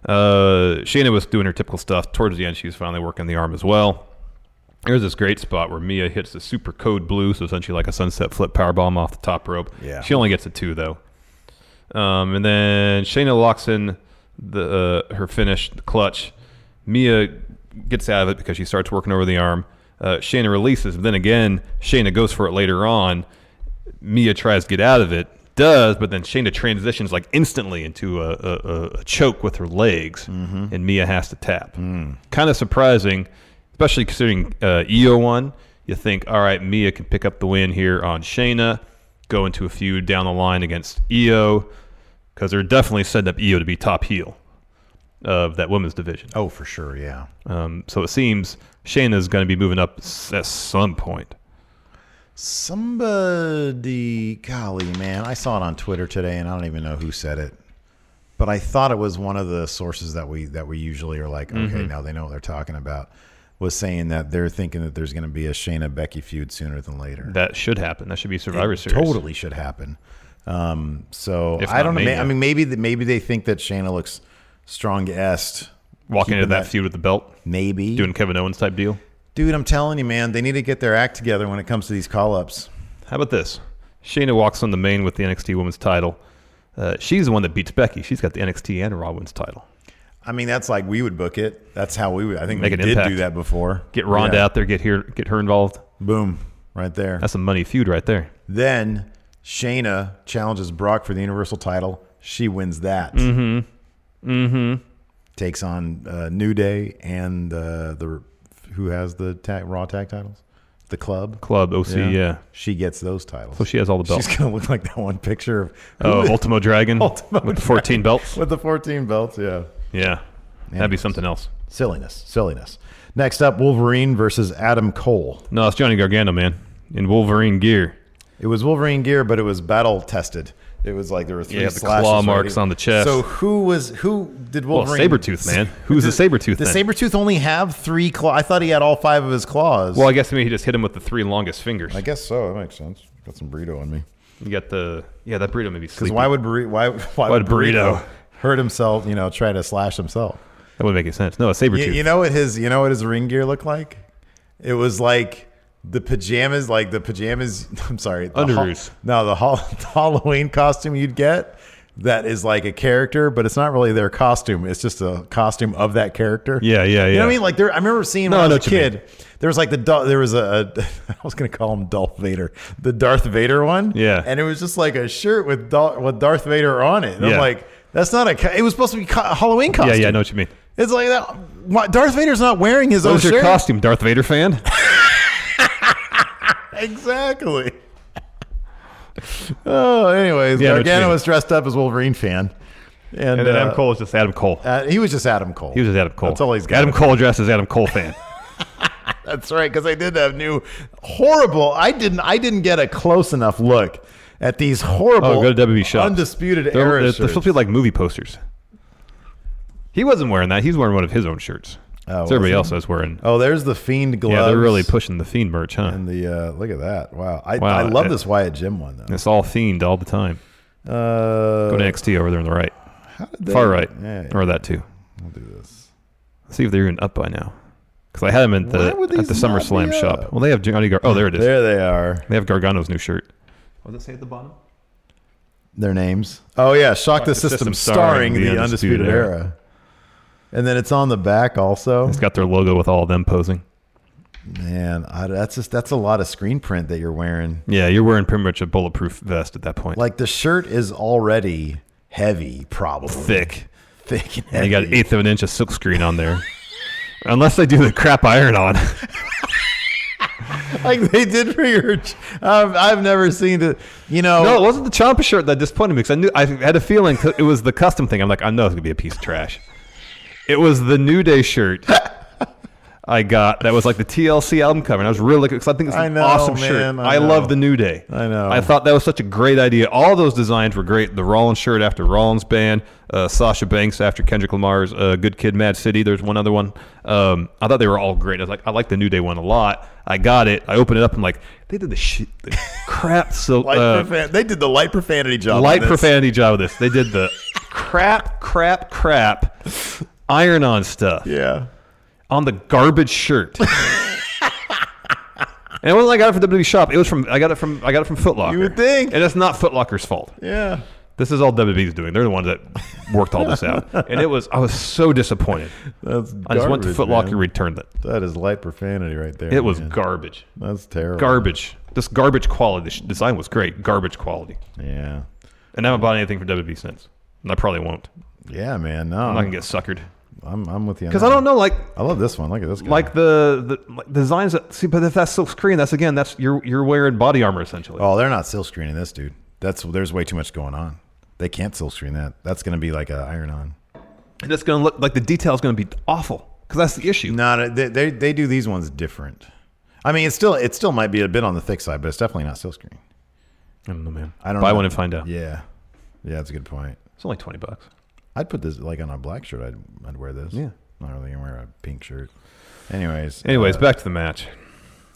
S3: Uh, Shayna was doing her typical stuff. Towards the end, she was finally working the arm as well. There's this great spot where Mia hits the super code blue, so essentially like a sunset flip power bomb off the top rope.
S2: Yeah.
S3: She only gets a two though. Um, and then Shayna locks in the uh, her finish, the clutch. Mia gets out of it because she starts working over the arm. Uh, Shayna releases, but then again, Shayna goes for it later on. Mia tries to get out of it, does, but then Shayna transitions like instantly into a, a, a- a choke with her legs, and Mia has to tap. Kind of surprising, especially considering uh, EO won. You think, all right, Mia can pick up the win here on Shayna, go into a feud down the line against EO because they're definitely setting up Io to be top heel of that women's division.
S2: Oh, for sure. Yeah.
S3: Um, so it seems Shayna's going to be moving up s- at some point.
S2: Somebody, golly, man, I saw it on Twitter today, and I don't even know who said it, but I thought it was one of the sources that we that we usually are like, okay,
S3: Mm-hmm.
S2: now they know what they're talking about. Was saying that they're thinking that there's going to be a Shayna Becky feud sooner than later.
S3: That should happen. That should be Survivor Series.
S2: Totally should happen. Um, so
S3: If
S2: I
S3: not
S2: don't know. ma-
S3: Mania.
S2: I mean, maybe that maybe they think that Shayna looks strong est.
S3: Walking into
S2: Keeping
S3: that,
S2: that-
S3: feud with the belt,
S2: Maybe,
S3: doing Kevin Owens type deal.
S2: dude, I'm telling you, man, they need to get their act together when it comes to these call ups.
S3: How about this? Shayna walks on the main with the NXT Women's title. Uh, she's the one that beats Becky. She's got the NXT and Raw Women's title.
S2: I mean, that's like we would book it. That's how we would. I think
S3: Make
S2: we
S3: an
S2: did
S3: impact.
S2: do that before.
S3: Get Ronda
S2: Yeah.
S3: out there. Get here. Get her involved.
S2: Boom. Right there.
S3: That's a money feud right there.
S2: then Shayna challenges Brock for the Universal title. She wins that. Mm hmm. Mm hmm.
S3: Mm-hmm.
S2: Takes on uh, New Day and uh, the who has the tag, Raw tag titles? The club.
S3: Club OC. Yeah.
S2: She gets those titles.
S3: So she has all the belts.
S2: She's going to look like that one picture of
S3: Oh, Ultimo Dragon with the 14 belts.
S2: with the 14 belts. Yeah.
S3: Yeah. That'd be something else.
S2: Silliness. Silliness. Next up Wolverine versus Adam Cole.
S3: No, it's Johnny Gargano, man, in Wolverine gear.
S2: It was Wolverine gear, but it was battle tested. It was like there were three
S3: Yeah, the
S2: slashes
S3: claw
S2: right
S3: marks
S2: here.
S3: on the chest.
S2: So who was who did
S3: Well,
S2: Wolverine?
S3: Sabretooth, man. Who's the Sabretooth
S2: The
S3: then?
S2: Sabretooth only have three claw. I thought he had all five of his claws.
S3: Well, I guess I mean he just hit him with the three longest fingers.
S2: I guess so. That makes sense. Got some burrito on me.
S3: You got the yeah that burrito maybe
S2: Because
S3: sleepy.
S2: why would burrito? Why, why would
S3: would Burrito?
S2: burrito hurt himself? You know, try to slash himself.
S3: that would make any sense? No, a saber
S2: You,
S3: tooth.
S2: you know what his you know what his ring gear looked like? It was like the pajamas, like the pajamas. I'm sorry, the
S3: Underoos.
S2: no, the, hall, the Halloween costume you'd get that is like a character, but it's not really their costume. It's just a costume of that character.
S3: Yeah, yeah,
S2: You know what I
S3: yeah.
S2: mean? Like there, I remember seeing
S3: No,
S2: when
S3: I
S2: I
S3: know
S2: was a
S3: what you mean.
S2: kid. There was like the Dol- there was a I was gonna call him Darth Vader, the Darth Vader one.
S3: Yeah.
S2: and it was just like a shirt with Dol- with Darth Vader on it. And I'm
S3: Yeah.
S2: like, that's not a. co- It was supposed to be co- a Halloween
S3: yeah,
S2: costume.
S3: yeah, I know what you mean.
S2: It's like that. Why, Darth Vader's not wearing his
S3: What
S2: own
S3: was your
S2: shirt.
S3: costume, Darth Vader fan?
S2: Exactly. oh, anyways,
S3: Yeah, I know what you
S2: Gargano
S3: mean.
S2: was dressed up as Wolverine fan, and,
S3: and then Adam
S2: uh,
S3: Cole is just Adam Cole.
S2: uh, he was just Adam Cole.
S3: He was just Adam Cole.
S2: That's all he's got.
S3: Adam Cole dressed as Adam Cole fan.
S2: That's right, because I did have new horrible. I didn't. I didn't get a close enough look at these horrible.
S3: Oh, go to WB shop.
S2: Undisputed
S3: They're,
S2: era.
S3: they're, they're
S2: shirts.
S3: supposed to be like movie posters. He wasn't wearing that. He's wearing one of his own shirts.
S2: Oh,
S3: So everybody
S2: was he?
S3: else is wearing.
S2: oh, there's the fiend gloves.
S3: yeah, they're really pushing the fiend merch, huh?
S2: And the uh, look at that. Wow, I,
S3: Wow,
S2: I love
S3: it-
S2: this Wyatt Jim one though.
S3: it's all fiend all the time.
S2: Uh,
S3: Go to NXT over there on the right,
S2: did they-
S3: far right,
S2: Yeah, yeah.
S3: or that too.
S2: I'll do this.
S3: Let's see if they're even up by now. Because I had them at the
S2: Why would
S3: at the
S2: these not
S3: SummerSlam
S2: be
S3: shop.
S2: up?
S3: Well, they have Johnny. Gar- oh, there it is.
S2: There they are.
S3: They have Gargano's new shirt. What does it say at the bottom?
S2: Their names. Oh yeah, shock, the, system, starring the, undisputed, era. And then it's on the back also.
S3: It's got their logo with all of them posing.
S2: Man, I, that's just that's a lot of screen print that you're wearing.
S3: Yeah, you're wearing pretty much a bulletproof vest at that point.
S2: Like the shirt is already heavy, probably
S3: thick.
S2: thick. And
S3: And
S2: heavy.
S3: you got an eighth of an inch of silkscreen on there. Unless they do the crap iron on.
S2: like they did for your. Um, I've never seen it. You know,
S3: no, it wasn't the Champa shirt that disappointed me because I knew I had a feeling 'cause it was the custom thing. I'm like, I know it's gonna be a piece of trash. It was the New Day shirt I got that was like the TLC album cover, and I was really looking because I think it's an
S2: I know,
S3: awesome
S2: man,
S3: shirt.
S2: I
S3: I,
S2: know.
S3: love the New Day.
S2: I know.
S3: I thought that was such a great idea. All those designs were great. The Rollins shirt after Rollins band, uh, Sasha Banks after Kendrick Lamar's uh, Good Kid, Mad City. There's one other one. Um, I thought they were all great. I was like, I like the New Day one a lot. I got it. I opened it up. I'm like, they did the shit, the crap. So
S2: light
S3: uh,
S2: profan- they did the light profanity job. on
S3: light
S2: this.
S3: profanity job with this. They did the crap, crap, crap iron on stuff
S2: Yeah.
S3: on the garbage shirt. and it wasn't like I got it from WWE shop. It was from I got it from I got it from Foot Locker.
S2: You would think.
S3: And it's not Foot Locker's fault.
S2: Yeah.
S3: This is all WWE's doing. They're the ones that worked all this out. And it was I was so disappointed.
S2: That's
S3: I just went to
S2: garbage,
S3: Foot Locker
S2: man.
S3: and returned it.
S2: That is light profanity right there.
S3: It was
S2: man.
S3: garbage.
S2: That's terrible.
S3: Garbage. This garbage quality. This design was great. Garbage quality.
S2: Yeah.
S3: And I haven't bought anything from WWE since. And I probably won't.
S2: Yeah, man. No,
S3: I'm not gonna get suckered.
S2: I'm, I'm with you.
S3: Because I don't know, like
S2: I love this one. Look at this guy.
S3: like the, the like designs that see, but if that's silk screen, that's again, that's you're you're wearing body armor essentially.
S2: oh, they're not silk screening this dude. That's there's way too much going on. They can't silk screen that. That's going to be like a iron on.
S3: And it's going to look like the detail's going to be awful because that's the issue.
S2: Not they, they they do these ones different. I mean, it's still it still might be a bit on the thick side, but it's definitely not silk screen.
S3: I don't know, man.
S2: I don't
S3: Buy
S2: know.
S3: one and find out.
S2: Yeah, yeah, that's a good point.
S3: It's only 20 bucks.
S2: I'd put this like on a black shirt. I'd I'd wear this.
S3: Yeah.
S2: not really gonna wear a pink shirt. Anyways,
S3: Anyways,
S2: uh,
S3: back to the match.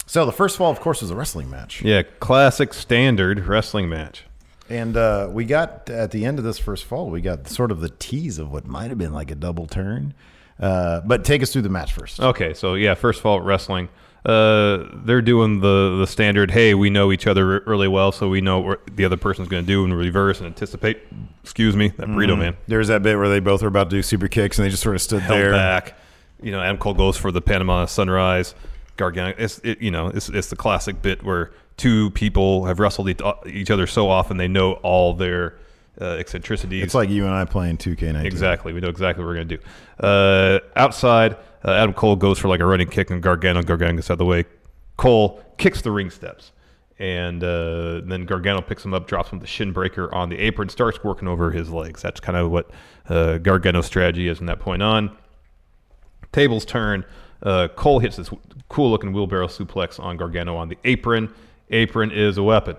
S2: so the first fall, of course, was a wrestling match.
S3: Yeah, classic standard wrestling match.
S2: And uh, we got at the end of this first fall, we got sort of the tease of what might have been like a double turn. Uh, but take us through the match first.
S3: Okay, so yeah, first of all, wrestling. Uh, they're doing the the standard. Hey, we know each other really well, so we know what the other person's going to do in reverse and anticipate. Excuse me, that
S2: Mm-hmm.
S3: burrito man
S2: There's that bit where they both were about to do super kicks and they just sort of stood
S3: held
S2: there.
S3: back. You know, Adam Cole goes for the Panama Sunrise. Gargano. It's it, you know, it's it's the classic bit where two people have wrestled each, each other so often they know all their uh, eccentricities.
S2: It's like you and I playing 2K19.
S3: Exactly. We know exactly what we're going to do. Uh, outside, uh, Adam Cole goes for like a running kick, and Gargano, Gargano gets out of the way. Cole kicks the ring steps. And uh, then Gargano picks him up, drops him with the shin breaker on the apron, starts working over his legs. That's kind of what uh, Gargano's strategy is from that point on. Tables turn. Uh, Cole hits this cool looking wheelbarrow suplex on Gargano on the apron. Apron is a weapon.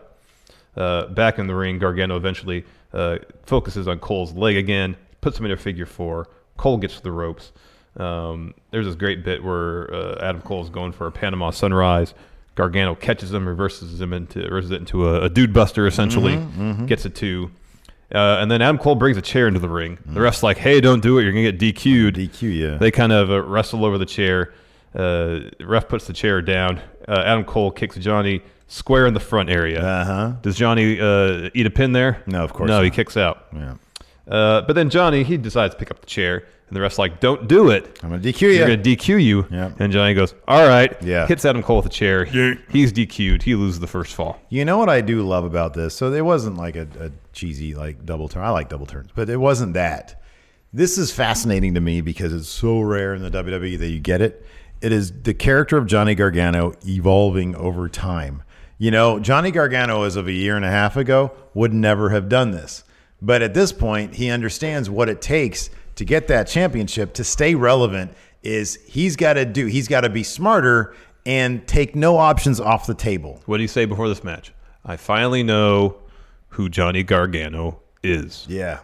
S3: Uh, back in the ring, Gargano eventually uh, focuses on Cole's leg again, puts him in a figure four. Cole gets to the ropes. Um, there's this great bit where uh, Adam Cole's going for a Panama sunrise. Gargano catches him, reverses him into reverses it into a, a dude buster essentially,
S2: Mm-hmm,
S3: gets a two. Uh, and then Adam Cole brings a chair into the ring. The ref's like, "Hey, don't do it. You're gonna get DQ'd."
S2: DQ, yeah.
S3: They kind of uh, wrestle over the chair. Uh, ref puts the chair down. Uh, Adam Cole kicks Johnny square in the front area.
S2: Uh-huh.
S3: Does Johnny uh, eat a pin there?
S2: No, of course
S3: No, he
S2: not.
S3: kicks out.
S2: Yeah.
S3: Uh, but then Johnny, he decides to pick up the chair, and the ref's like, "Don't do it.
S2: I'm going to DQ
S3: You're
S2: you.
S3: gonna DQ you."
S2: Yeah.
S3: And Johnny goes, "All right."
S2: Yeah.
S3: Hits Adam Cole with a chair.
S4: Yeah.
S3: He's DQ'd. He loses the first fall.
S2: You know what I do love about this? So there wasn't like a, a cheesy like double turn. I like double turns, but it wasn't that. This is fascinating to me because it's so rare in the WWE that you get it. It is the character of Johnny Gargano evolving over time. You know, Johnny Gargano as of a year and a half ago would never have done this. But at this point, he understands what it takes to get that championship to stay relevant is he's got to do he's got to be smarter and take no options off the table.
S3: What do you say before this match? I finally know who Johnny Gargano is.
S2: Yeah.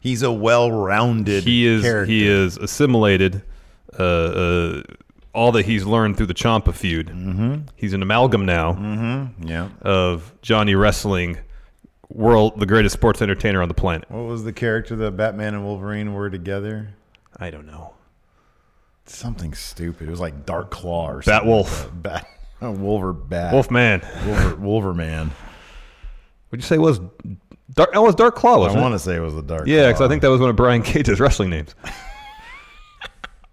S2: He's a well-rounded
S3: he is
S2: character.
S3: he is assimilated uh, uh, all that he's learned through the Champa feud. Mm-hmm. He's an amalgam now
S2: Yeah.
S3: of Johnny wrestling world, the greatest sports entertainer on the planet.
S2: What was the character that Batman and Wolverine were together?
S3: I don't know.
S2: Something stupid. It was like Dark Claw or
S3: Bat
S2: something.
S3: Wolf,
S2: Bat Wolver Bat.
S3: Wolfman.
S2: Wolver, Wolverman.
S3: Would you say was dark? That was Dark Claw,
S2: I
S3: wasn't
S2: want
S3: it?
S2: to say it was the Dark
S3: Yeah, because
S2: Claw.
S3: I think that was one of Brian Cage's wrestling names.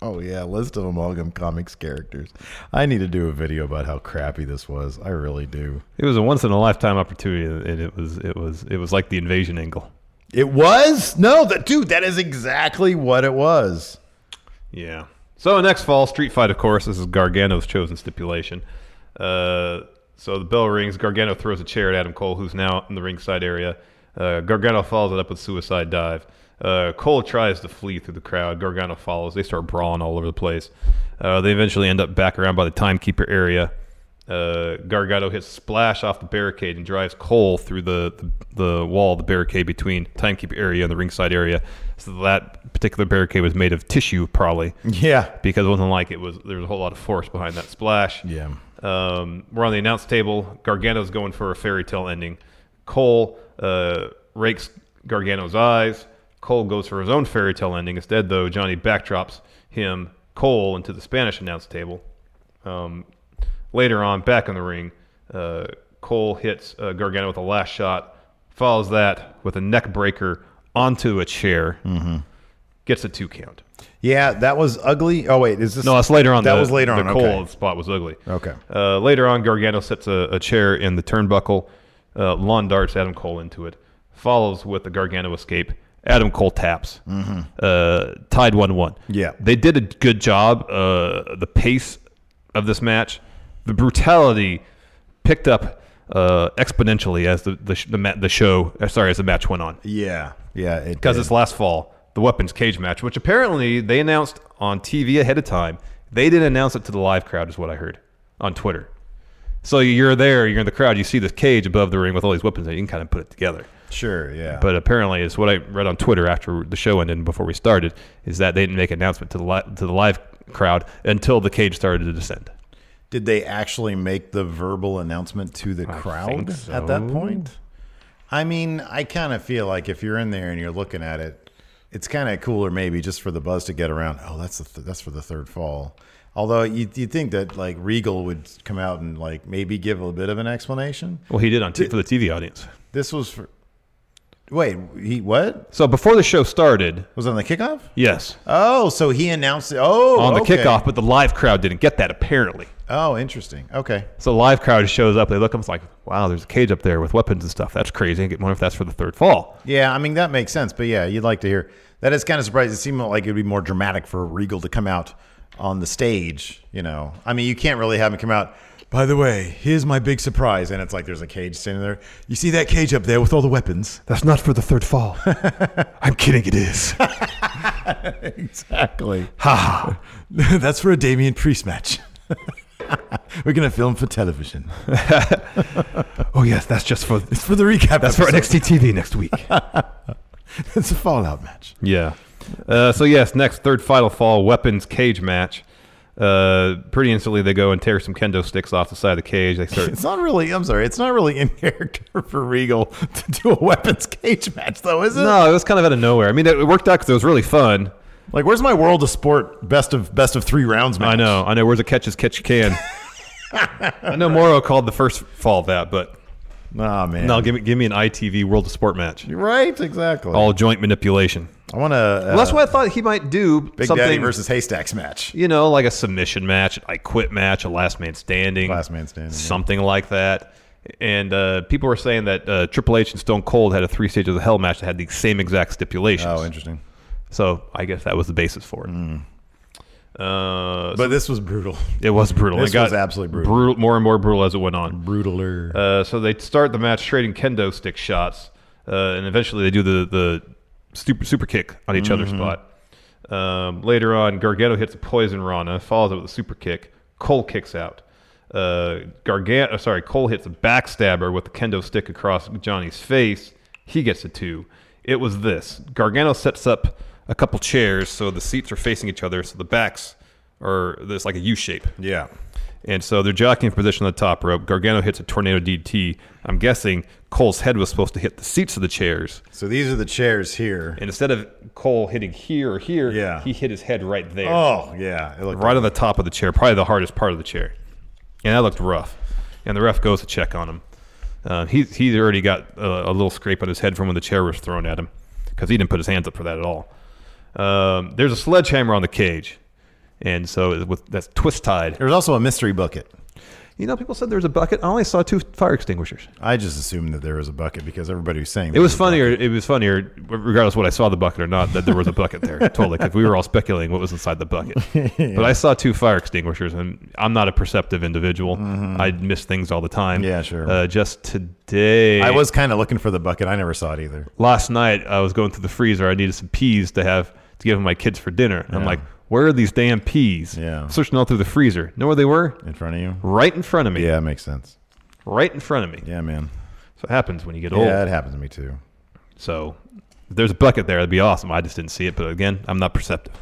S2: Oh yeah, list of Amalgam Comics characters. I need to do a video about how crappy this was. I really do.
S3: It was a once in a lifetime opportunity, and it was it was it was like the invasion angle.
S2: It was? No, that dude, that is exactly what it was.
S3: Yeah. So next fall, Street Fight, of course. This is Gargano's chosen stipulation. Uh, so the bell rings. Gargano throws a chair at Adam Cole, who's now in the ringside area. Uh, Gargano follows it up with suicide dive. Uh, Cole tries to flee through the crowd. Gargano follows. They start brawling all over the place. Uh, they eventually end up back around by the timekeeper area. Uh, Gargano hits splash off the barricade and drives Cole through the, the, the wall, the barricade between timekeeper area and the ringside area. So that particular barricade was made of tissue, probably
S2: Yeah.
S3: because it wasn't like it was there was a whole lot of force behind that splash.
S2: Yeah.
S3: Um, we're on the announce table. Gargano's going for a fairy tale ending. Cole uh, rakes Gargano's eyes. Cole goes for his own fairy tale ending. Instead, though, Johnny backdrops him, Cole, into the Spanish announce table. Um, later on, back in the ring, uh, Cole hits uh, Gargano with a last shot, follows that with a neck breaker onto a chair, gets a two count.
S2: Yeah, that was ugly. Oh wait, is this
S3: No, that's later on.
S2: That
S3: The-
S2: was later on.
S3: The
S2: okay.
S3: cold spot was ugly.
S2: Okay.
S3: Uh, later on, Gargano sets a, a chair in the turnbuckle. Uh, lawn darts Adam Cole into it. Follows with the Gargano escape. Adam Cole taps. Uh, tied one-one.
S2: Yeah.
S3: They did a good job. Uh, the pace of this match, the brutality, picked up uh, exponentially as the the, sh- the, ma- the show. uh, Sorry, as the match went on.
S2: Yeah. Yeah, it
S3: because
S2: did.
S3: it's last fall, the weapons cage match, which apparently they announced on TV ahead of time. They didn't announce it to the live crowd, is what I heard on Twitter. So you're there, you're in the crowd, you see this cage above the ring with all these weapons, and you can kind of put it together.
S2: sure. Yeah,
S3: But apparently, it's what I read on Twitter after the show ended and before we started, is that they didn't make an announcement to the li- to the live crowd until the cage started to descend.
S2: did they actually make the verbal announcement to the crowd
S3: think
S2: at that
S3: so.
S2: point? I mean, I kind of feel like if you're in there and you're looking at it, it's kind of cooler maybe just for the buzz to get around. Oh, that's the th- that's for the third fall. Although you you think that like Regal would come out and like maybe give a bit of an explanation.
S3: Well, he did on t- for the TV audience.
S2: This was for wait he what
S3: So before the show started,
S2: was on the kickoff?
S3: yes,
S2: Oh, so he announced it. Oh,
S3: on the
S2: okay.
S3: kickoff, but the live crowd didn't get that apparently.
S2: Oh, interesting. Okay,
S3: So the live crowd shows up. They look up. It's like, wow, there's a cage up there with weapons and stuff. That's crazy. I wonder if that's for the third fall.
S2: Yeah, I mean that makes sense, but yeah, you'd like to hear. That is kind of surprising. It seemed like it'd be more dramatic for Regal to come out on the stage. You know, I mean, you can't really have him come out. By the way, here's my big surprise, and it's like there's a cage standing there. You see that cage up there with all the weapons?
S4: That's not for the third fall. I'm kidding, it is.
S2: Exactly.
S4: Ha ha. That's for a Damien Priest match. We're going to film for television.
S3: Oh yes, that's just for
S4: It's for the recap.
S3: that's for
S4: episode.
S3: NXT TV next week.
S4: It's a Fallout match.
S3: yeah. Uh, so yes, next third final fall weapons cage match. Uh, pretty instantly they go and tear some kendo sticks off the side of the cage. They start
S2: It's not really. I'm sorry. It's not really in character for Regal to do a weapons cage match, though, is it?
S3: No, it was kind of out of nowhere. I mean, it worked out because it was really fun.
S2: Like, where's my World of Sport best of best of three rounds match?
S3: I know, I know. Where's a catch as catch can? I know Moro called the first fall that, but
S2: Nah, man.
S3: no, give me give me an ITV World of Sport match.
S2: right. Exactly.
S3: All joint manipulation.
S2: I want to. Uh,
S3: Well, that's why I thought he might do
S2: Big
S3: something
S2: Daddy versus Haystacks match.
S3: you know, like a submission match, I quit match, a last man standing,
S2: Last man standing, yeah.
S3: something like that. And uh, people were saying that uh, Triple H and Stone Cold had a three stage of the Hell match that had the same exact stipulations.
S2: Oh, Mm. interesting.
S3: so I guess that was the basis for it. Uh,
S2: But this was brutal.
S3: it was brutal.
S2: This
S3: it got
S2: was absolutely brutal.
S3: more and more brutal as it went on.
S2: Brutaler.
S3: Uh, so they start the match trading kendo stick shots, uh, and eventually they do the the super super kick on each other's spot. Um, later on, Gargano hits a poison Rana, follows it with a super kick. Cole kicks out. Uh, Gargano, sorry, Cole hits a backstabber with the kendo stick across Johnny's face. He gets a two. It was this. Gargano sets up a couple chairs so the seats are facing each other, so the backs are there's like a U shape.
S2: yeah.
S3: And so they're jockeying for position on the top rope. Gargano hits a tornado DT. I'm guessing Cole's head was supposed to hit the seats of the chairs.
S2: So these are the chairs here.
S3: And instead of Cole hitting here or here,
S2: Yeah.
S3: he hit his head right there.
S2: Oh, yeah. It looked
S3: Right on the top of the chair, probably the hardest part of the chair. And that looked rough. And the ref goes to check on him. Uh, he, he's already got a, a little scrape on his head from when the chair was thrown at him because he didn't put his hands up for that at all. Um, there's a sledgehammer on the cage. And so it- with, that's twist tied.
S2: There was also a mystery bucket.
S3: You know, people said there was a bucket. I only saw two fire extinguishers.
S2: I just assumed that there was a bucket because everybody was saying
S3: It was funnier. It was funnier, regardless of what I saw the bucket or not, that there was a bucket there. totally, because we were all speculating what was inside the bucket. But I saw two fire extinguishers, and I'm not a perceptive individual. I miss things all the time.
S2: Yeah, sure.
S3: Uh, just today,
S2: I was kind of looking for the bucket. I never saw it either.
S3: last night. I was going through the freezer. I needed some peas to have to give my kids for dinner. And I'm
S2: Yeah.
S3: like, where are these damn peas?
S2: Yeah.
S3: Searching all through the freezer. Know where they were?
S2: In front of you?
S3: Right in front of me.
S2: Yeah, it makes sense.
S3: Right in front of me.
S2: Yeah, man.
S3: So it happens when you get old.
S2: Yeah, it happened to me too.
S3: So if there's a bucket there, that'd be awesome. I just didn't see it, but again, I'm not perceptive.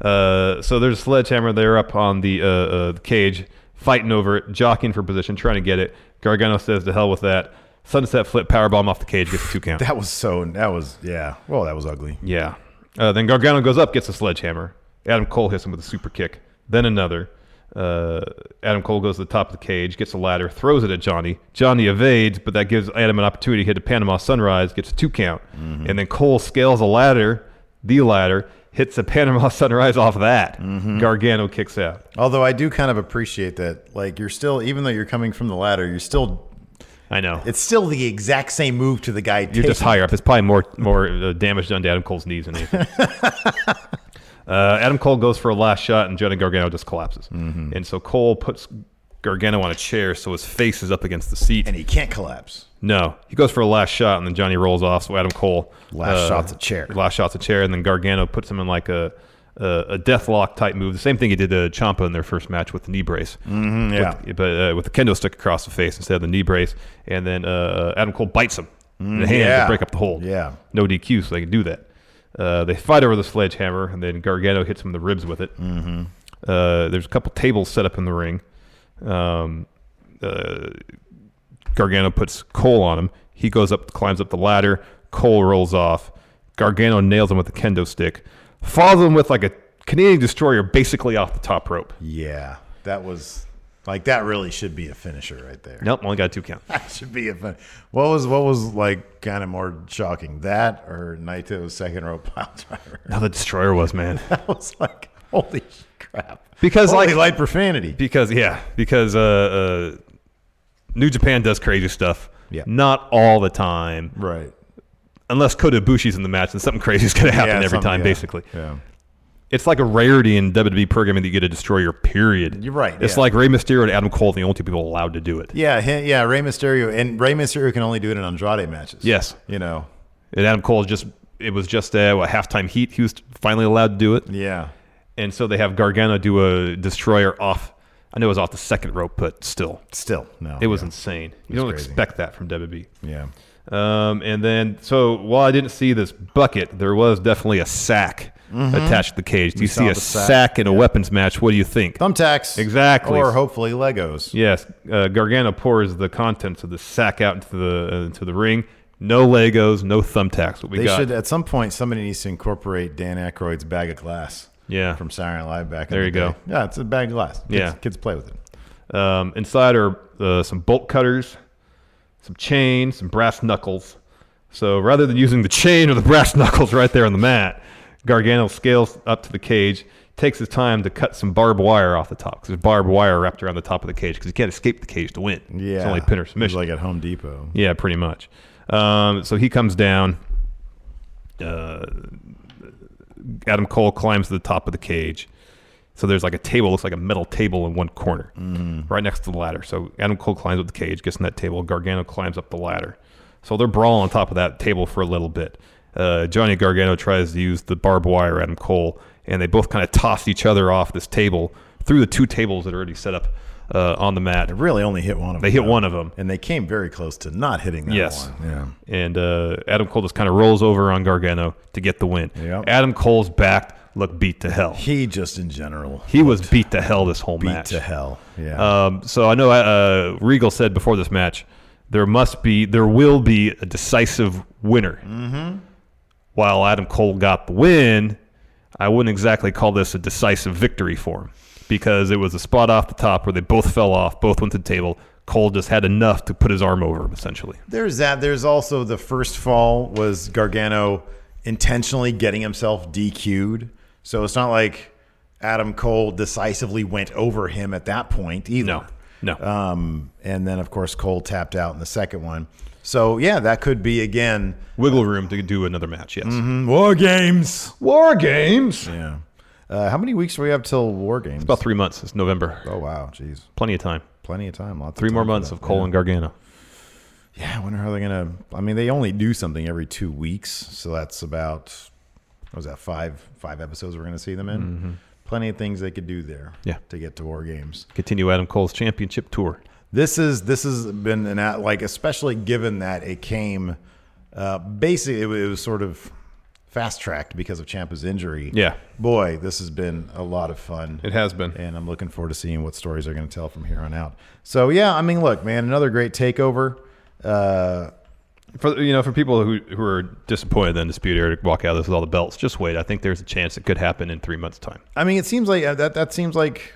S3: Uh, so there's a sledgehammer there up on the, uh, uh, the cage, fighting over it, jockeying for position, trying to get it. Gargano says, "To hell with that." Sunset flip powerbomb off the cage, gets a two count.
S2: That was so, that was, yeah. Well, that was ugly.
S3: yeah. Uh, then Gargano goes up, gets a sledgehammer. Adam Cole hits him with a super kick. Then another. Uh, Adam Cole goes to the top of the cage, gets a ladder, throws it at Johnny. Johnny evades, but that gives Adam an opportunity to hit a Panama Sunrise, gets a two count. And then Cole scales a ladder, the ladder, hits a Panama Sunrise off that. Gargano kicks out.
S2: Although I do kind of appreciate that, like, you're still, even though you're coming from the ladder, you're still,
S3: I know.
S2: it's still the exact same move to the guy.
S3: You're just higher up. It's probably more more uh, damage done to Adam Cole's knees than anything.
S2: Mm-hmm.
S3: uh, Adam Cole goes for a last shot, and Johnny Gargano just collapses. And so Cole puts Gargano on a chair, so his face is up against the seat.
S2: and he can't collapse.
S3: No, he goes for a last shot, and then Johnny rolls off. So Adam Cole uh,
S2: Last shot's a chair.
S3: Last shot's a chair, and then Gargano puts him in like a a, a death lock type move. The same thing he did to Champa in their first match with the knee brace. Mm-hmm,
S2: yeah.
S3: but uh, with the kendo stick across the face instead of the knee brace, and then uh, Adam Cole bites him in the hand
S2: Mm, yeah.
S3: to break up the hold.
S2: Yeah.
S3: no DQ, so they can do that. Uh, they fight over the sledgehammer, and then Gargano hits him in the ribs with it. Mm-hmm. Uh, there's a couple tables set up in the ring. Um, uh, Gargano puts Cole on him. He goes up, climbs up the ladder. Cole rolls off. Gargano nails him with a kendo stick, follows him with like a Canadian destroyer, basically off the top rope.
S2: Yeah, that was like that. Really should be a finisher right there.
S3: Nope, only got a two count.
S2: That should be a fin- what was what was like kind of more shocking that or Naito's second row pile driver.
S3: Now the destroyer was man.
S2: That was like holy crap.
S3: Because,
S2: Holy
S3: like-
S2: light profanity.
S3: Because yeah, because uh, uh, New Japan does crazy stuff.
S2: Yeah.
S3: Not all the time,
S2: right.
S3: unless Kota Ibushi's in the match, and something crazy is going to happen every
S2: something-
S3: time.
S2: yeah,
S3: Basically,
S2: Yeah.
S3: it's like a rarity in WWE programming that you get a destroyer. Period.
S2: You're right,
S3: It's
S2: yeah.
S3: like Rey Mysterio and Adam Cole, are the only two people allowed to do it.
S2: Yeah, he- yeah, Rey Mysterio and Rey Mysterio can only do it in Andrade matches.
S3: Yes.
S2: You know.
S3: And Adam Cole just it was just a what, halftime heat. He was finally allowed to do it,
S2: Yeah.
S3: and so they have Gargano do a destroyer off. I know it was off the second rope, but still,
S2: Still, no.
S3: it was
S2: yeah.
S3: insane. You
S2: was
S3: don't
S2: crazy.
S3: expect that from E. WWE.
S2: Yeah.
S3: Um, and then, so while I didn't see this bucket, there was definitely a sack attached to the cage. Do you see
S2: Mm-hmm. saw
S3: a
S2: the sack.
S3: sack. in a weapons match? What do you think?
S2: Thumbtacks.
S3: Exactly.
S2: Or hopefully Legos.
S3: Yes, uh, Gargano pours the contents of the sack out into the uh, into the ring. No Legos, no thumbtacks. What we
S2: They
S3: got?
S2: should at some point somebody needs to incorporate Dan Aykroyd's bag of glass.
S3: Yeah.
S2: From Saturday Night Live back in
S3: There
S2: the
S3: you go.
S2: day. Yeah, it's a bag of glass. Kids,
S3: Yeah.
S2: Kids play with it.
S3: Um, inside are uh, some bolt cutters, some chains, some brass knuckles. So rather than using the chain or the brass knuckles right there on the mat, Gargano scales up to the cage, takes his time to cut some barbed wire off the top because there's barbed wire wrapped around the top of the cage because you can't escape the cage to win.
S2: Yeah.
S3: It's only pin or
S2: It's
S3: submission.
S2: Like at Home Depot.
S3: Yeah, pretty much. Um, so he comes down. Uh, Adam Cole climbs to the top of the cage. So there's like a table, looks like a metal table in one corner, right next to the ladder. So Adam Cole climbs up the cage, gets in that table. Gargano climbs up the ladder. So they're brawling on top of that table for a little bit. Uh, Johnny Gargano tries to use the barbed wire, Adam Cole, and they both kind of toss each other off this table through the two tables that are already set up uh, on the mat.
S2: They really only hit one of them.
S3: They hit
S2: though.
S3: one of them.
S2: And they came very close to not hitting that
S3: Yes.
S2: one. Yeah.
S3: And uh, Adam Cole just kind of rolls over on Gargano to get the win.
S2: Yep.
S3: Adam Cole's back looked beat to hell. He,
S2: He just in general
S3: was beat to hell this whole
S2: beat
S3: match.
S2: to hell. Yeah.
S3: Um, so I know uh, Regal said before this match, there must be, there will be a decisive winner. Mm-hmm. While Adam Cole got the win, I wouldn't exactly call this a decisive victory for him because it was a spot off the top where they both fell off, both went to the table. Cole just had enough to put his arm over him, essentially.
S2: There's that. There's also the first fall was Gargano intentionally getting himself DQ'd. So it's not like Adam Cole decisively went over him at that point either.
S3: No, no.
S2: Um, and then of course Cole tapped out in the second one. So yeah, that could be again
S3: Wiggle room to do another match, yes.
S2: war games.
S3: War Games.
S2: Yeah. Uh, how many weeks do we have till war games?
S3: About three months. It's November.
S2: Oh wow, jeez,
S3: Plenty of time.
S2: plenty of time. Lots
S3: Three
S2: of
S3: more
S2: time for
S3: months
S2: that.
S3: of Cole and Gargano.
S2: Yeah, I wonder how they're gonna. I mean, they only do something every two weeks, so that's about. What was that five five episodes we're gonna see them in? Plenty of things they could do there.
S3: Mm-hmm. Yeah.
S2: to get to war games.
S3: Continue Adam Cole's championship tour.
S2: This is this has been an at like especially given that it came. Uh, basically, it, wa- it was sort of fast tracked because of Champa's injury.
S3: Yeah.
S2: boy, this has been a lot of fun.
S3: It has been.
S2: and I'm looking forward to seeing what stories they're going to tell from here on out. So yeah, I mean, look, man, another great takeover. Uh,
S3: For you know, for people who, who are disappointed then dispute Eric walk out of this with all the belts, just wait. I think there's a chance it could happen in three months' time.
S2: I mean, it seems like uh, that. That seems like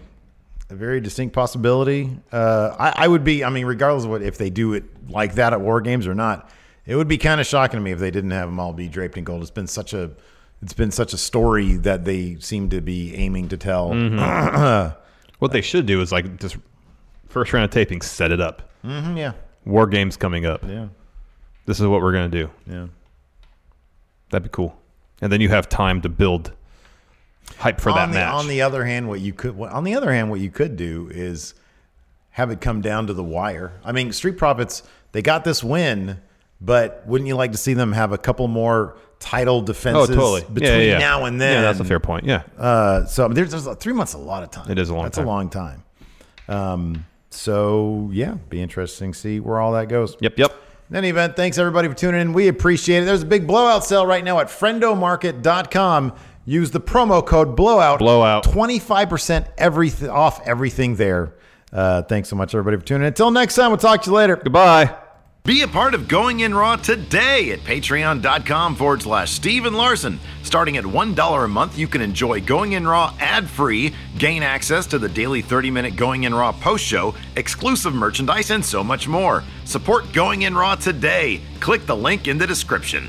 S2: a very distinct possibility. Uh, I, I would be. I mean, regardless of what, if they do it like that at War Games or not, it would be kind of shocking to me if they didn't have them all be draped in gold. It's been such a, it's been such a story that they seem to be aiming to tell.
S3: What they should do is like just first round of taping, set it up.
S2: Mhm, yeah,
S3: War Games coming up.
S2: yeah,
S3: This is what we're gonna do.
S2: yeah.
S3: That'd be cool. And then you have time to build hype for
S2: on
S3: that
S2: the,
S3: match.
S2: On the other hand, what you could, what, on the other hand, what you could do is have it come down to the wire. I mean, Street Profits, they got this win, but wouldn't you like to see them have a couple more title
S3: Oh,
S2: defenses
S3: totally. Yeah,
S2: between
S3: yeah, yeah.
S2: now and then?
S3: Yeah, that's a fair point. Yeah.
S2: Uh, so I mean, there's, there's three months, is a lot of time.
S3: It is a long
S2: That's
S3: time.
S2: a long time. Um, so yeah, be interesting to see where all that goes.
S3: Yep. Yep.
S2: In any event, thanks everybody for tuning in. We appreciate it. There's a big blowout sale right now at friendomarket.com. Use the promo code blowout.
S3: Blowout.
S2: 25% everything off everything there. Uh, thanks so much everybody for tuning in. Until next time, we'll talk to you later.
S3: Goodbye.
S2: Be a part of Going In Raw today at patreon.com forward slash Steven Larson. Starting at $1 a month, you can enjoy Going In Raw ad free, gain access to the daily 30 minute Going In Raw post show, exclusive merchandise, and so much more. Support Going In Raw today. Click the link in the description.